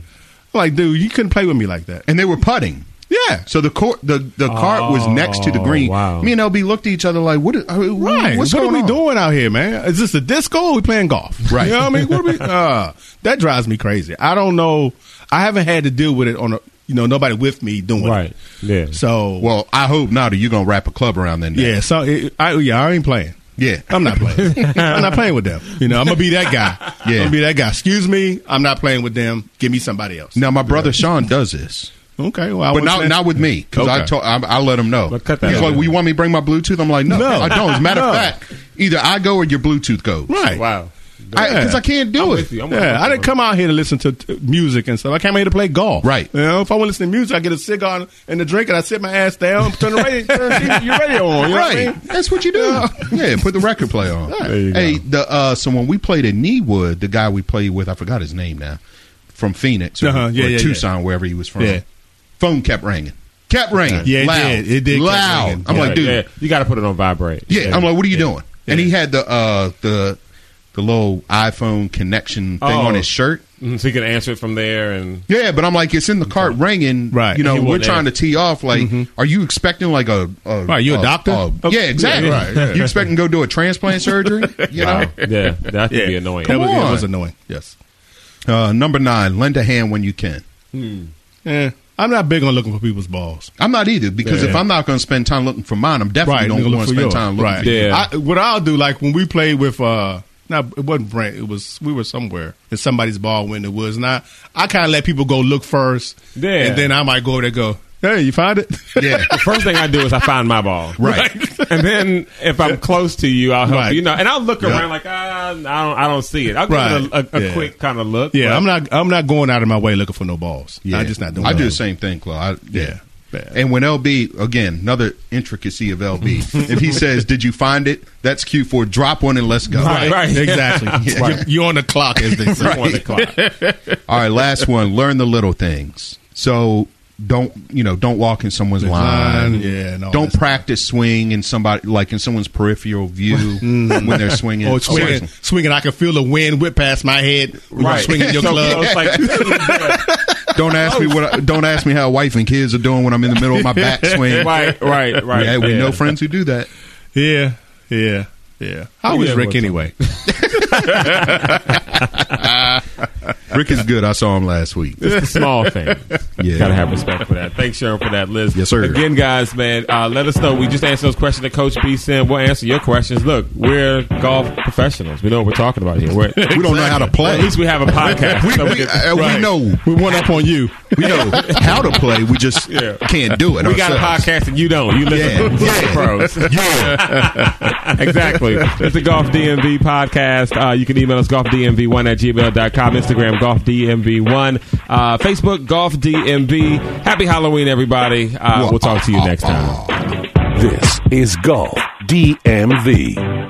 [SPEAKER 4] like, dude, you couldn't play with me like that.
[SPEAKER 3] and they were putting.
[SPEAKER 4] Yeah.
[SPEAKER 3] So the court, the the cart was next to the green.
[SPEAKER 2] wow.
[SPEAKER 3] Me and LB looked at each other like, "What? Is, I mean,
[SPEAKER 4] Oh, Right.
[SPEAKER 3] What's
[SPEAKER 4] what
[SPEAKER 3] going
[SPEAKER 4] are we
[SPEAKER 3] on?
[SPEAKER 4] doing out here, man? Is this a disco or we playing golf?
[SPEAKER 3] Right.
[SPEAKER 4] You know what I mean? What are we, uh, that drives me crazy. I don't know. I haven't had to deal with it on a, you know, nobody with me doing
[SPEAKER 2] Right.
[SPEAKER 4] it.
[SPEAKER 2] Yeah.
[SPEAKER 4] So,
[SPEAKER 3] Well, I hope not. Or you gonna wrap a club around that? neck.
[SPEAKER 4] Oh. yeah, Oh. so it, I, yeah, I ain't playing.
[SPEAKER 3] yeah.
[SPEAKER 4] I'm not playing. I'm not playing with them. You know, I'm gonna be that guy.
[SPEAKER 3] Yeah.
[SPEAKER 4] I'm gonna be that guy. Excuse me, I'm not playing with them. Give me somebody else.
[SPEAKER 3] Now my brother Sean does this,
[SPEAKER 4] Okay, well, I
[SPEAKER 3] but
[SPEAKER 4] wouldn't
[SPEAKER 3] not
[SPEAKER 4] say-
[SPEAKER 3] not with me because I,
[SPEAKER 4] Okay.
[SPEAKER 3] told I I let him know.
[SPEAKER 2] But cut that
[SPEAKER 3] He's
[SPEAKER 2] out.
[SPEAKER 3] like, "Well, you want me to bring my Bluetooth?" I'm like, "No,
[SPEAKER 4] No.
[SPEAKER 3] I don't." As a matter
[SPEAKER 4] No.
[SPEAKER 3] of fact, either I go or your Bluetooth goes.
[SPEAKER 4] right.
[SPEAKER 2] Wow.
[SPEAKER 3] because I, can't do it.
[SPEAKER 2] with you. I'm with
[SPEAKER 4] Yeah,
[SPEAKER 2] you.
[SPEAKER 4] I didn't come out here to listen to t- music and stuff. I came out here to play golf.
[SPEAKER 3] Right.
[SPEAKER 4] You know, if I want to listen to music, I get a cigar and a drink, and I sit my ass down, turn the radio, turn the TV, your radio on. You know
[SPEAKER 3] right.
[SPEAKER 4] What I mean?
[SPEAKER 3] That's what you do. yeah, put the record player on.
[SPEAKER 2] you go.
[SPEAKER 3] Hey, the uh, so when we played at Kneewood, the guy we played with, I forgot his name now, from Phoenix or,
[SPEAKER 4] Uh-huh. Yeah,
[SPEAKER 3] or
[SPEAKER 4] yeah, yeah.
[SPEAKER 3] Tucson, wherever he was from.
[SPEAKER 4] Yeah.
[SPEAKER 3] Phone kept ringing, kept ringing.
[SPEAKER 4] Yeah, it
[SPEAKER 3] loud.
[SPEAKER 4] did. It did kept
[SPEAKER 3] Loud.
[SPEAKER 4] ringing.
[SPEAKER 3] I'm
[SPEAKER 4] Yeah.
[SPEAKER 3] like, dude.
[SPEAKER 2] Yeah, you got to put it on vibrate.
[SPEAKER 3] Yeah, I'm like, what are you doing? And he had the uh, the the little iPhone connection thing
[SPEAKER 2] Oh.
[SPEAKER 3] on his shirt.
[SPEAKER 2] Mhm, so you can answer it from there and
[SPEAKER 3] Yeah, but I'm like, it's in the cart ringing.
[SPEAKER 4] Right.
[SPEAKER 3] You know,
[SPEAKER 2] He
[SPEAKER 3] we're
[SPEAKER 2] wasn't
[SPEAKER 3] trying to tee off. Like, are you expecting like a, a
[SPEAKER 4] Mm-hmm. Right, you a doctor? Okay.
[SPEAKER 3] Yeah, exactly.
[SPEAKER 4] Yeah, right, yeah.
[SPEAKER 3] You expecting to go do a transplant surgery? You know.
[SPEAKER 2] Wow. oh, yeah, that could be annoying.
[SPEAKER 4] That was,
[SPEAKER 3] Come
[SPEAKER 4] It was
[SPEAKER 3] on.
[SPEAKER 4] annoying. Yes.
[SPEAKER 3] Uh, number nine, lend a hand when you can.
[SPEAKER 4] Eh, I'm not big on looking for people's balls.
[SPEAKER 3] I'm not either because
[SPEAKER 4] Yeah.
[SPEAKER 3] if I'm not going to spend time looking for mine, I'm
[SPEAKER 4] Right.
[SPEAKER 3] definitely
[SPEAKER 4] nigga,
[SPEAKER 3] don't
[SPEAKER 4] look
[SPEAKER 3] want to
[SPEAKER 4] for
[SPEAKER 3] spend
[SPEAKER 4] yours.
[SPEAKER 3] time looking.
[SPEAKER 4] right.
[SPEAKER 3] For you.
[SPEAKER 2] Yeah.
[SPEAKER 4] I, what I'll do, like when we played with, uh, no, it wasn't Brent. It was we were somewhere and somebody's ball went in the woods. And I, I kind of let people go look first.
[SPEAKER 2] Yeah.
[SPEAKER 4] And then I might go over there and go, hey, you find it?
[SPEAKER 3] Yeah.
[SPEAKER 2] The first thing I do is I find my ball.
[SPEAKER 3] Right.
[SPEAKER 2] And then if I'm close to you, I'll help
[SPEAKER 4] Right.
[SPEAKER 2] you. you know, and I'll look
[SPEAKER 4] Yeah.
[SPEAKER 2] around like, ah, I don't, I don't see it. I'll give it
[SPEAKER 4] Right.
[SPEAKER 2] a, a, a
[SPEAKER 4] Yeah.
[SPEAKER 2] quick kind of look.
[SPEAKER 4] Yeah,
[SPEAKER 2] but-
[SPEAKER 4] I'm not. I'm not going out of my way looking for no balls. Yeah. I'm just not doing.
[SPEAKER 3] I do
[SPEAKER 4] that.
[SPEAKER 3] the same thing, Chloe. I, yeah.
[SPEAKER 4] Yeah.
[SPEAKER 3] And when LB again, another intricacy of LB. if he says, "Did you find it?" That's cue for drop one and let's go.
[SPEAKER 2] Right. Right.
[SPEAKER 4] Exactly. You're- You're on the clock, as they say.
[SPEAKER 2] Right.
[SPEAKER 3] All right, last one. Learn the little things. So don't you know don't walk in someone's
[SPEAKER 4] The
[SPEAKER 3] line,
[SPEAKER 4] line, yeah, and all that
[SPEAKER 3] don't
[SPEAKER 4] stuff.
[SPEAKER 3] practice swing in somebody like in someone's peripheral view when they're Oh, swinging
[SPEAKER 4] Or Mm. Oh, swinging, swinging, I can feel the wind whip past my head. when you're
[SPEAKER 3] Right.
[SPEAKER 4] swinging your
[SPEAKER 2] so
[SPEAKER 4] club.
[SPEAKER 2] close, like,
[SPEAKER 3] don't ask me what I, don't ask me how wife and kids are doing when I'm in the middle of my backswing
[SPEAKER 2] right, right, right.
[SPEAKER 3] yeah we
[SPEAKER 2] yeah.
[SPEAKER 3] know friends who do that
[SPEAKER 4] Yeah, yeah, yeah. How is
[SPEAKER 2] Yeah,
[SPEAKER 4] Rick
[SPEAKER 2] what's up?
[SPEAKER 4] anyway?
[SPEAKER 3] Rick is good I saw him last week
[SPEAKER 2] Just the small thing.
[SPEAKER 3] Yeah.
[SPEAKER 2] Gotta have respect for that. Thanks, Sharon, for that, Liz.
[SPEAKER 3] Yes, sir.
[SPEAKER 2] Again, guys, man, uh, let us know. We just answered those questions that Coach B sent. We'll answer your questions. Look, we're golf professionals. We know what we're talking about here. We're,
[SPEAKER 3] we don't know how to
[SPEAKER 2] Well,
[SPEAKER 3] play
[SPEAKER 2] at least we have a podcast.
[SPEAKER 3] we,
[SPEAKER 2] so we,
[SPEAKER 3] we,
[SPEAKER 2] can-
[SPEAKER 3] uh, we
[SPEAKER 2] right.
[SPEAKER 3] know
[SPEAKER 4] We one up on you.
[SPEAKER 3] we know how to play we just
[SPEAKER 2] Yeah.
[SPEAKER 3] can't do it
[SPEAKER 2] We got a
[SPEAKER 3] ourselves.
[SPEAKER 2] podcast and you don't. You listen
[SPEAKER 3] Yeah.
[SPEAKER 2] to the pros. exactly. It's the Golf DMV podcast. Uh, you can email us golfdmv1 at gmail.com, Instagram golfdmv1, uh, Facebook golf DMV. Happy Halloween,
[SPEAKER 3] uh,
[SPEAKER 2] everybody. Uh, we'll talk to you next time.
[SPEAKER 1] This is Golf DMV.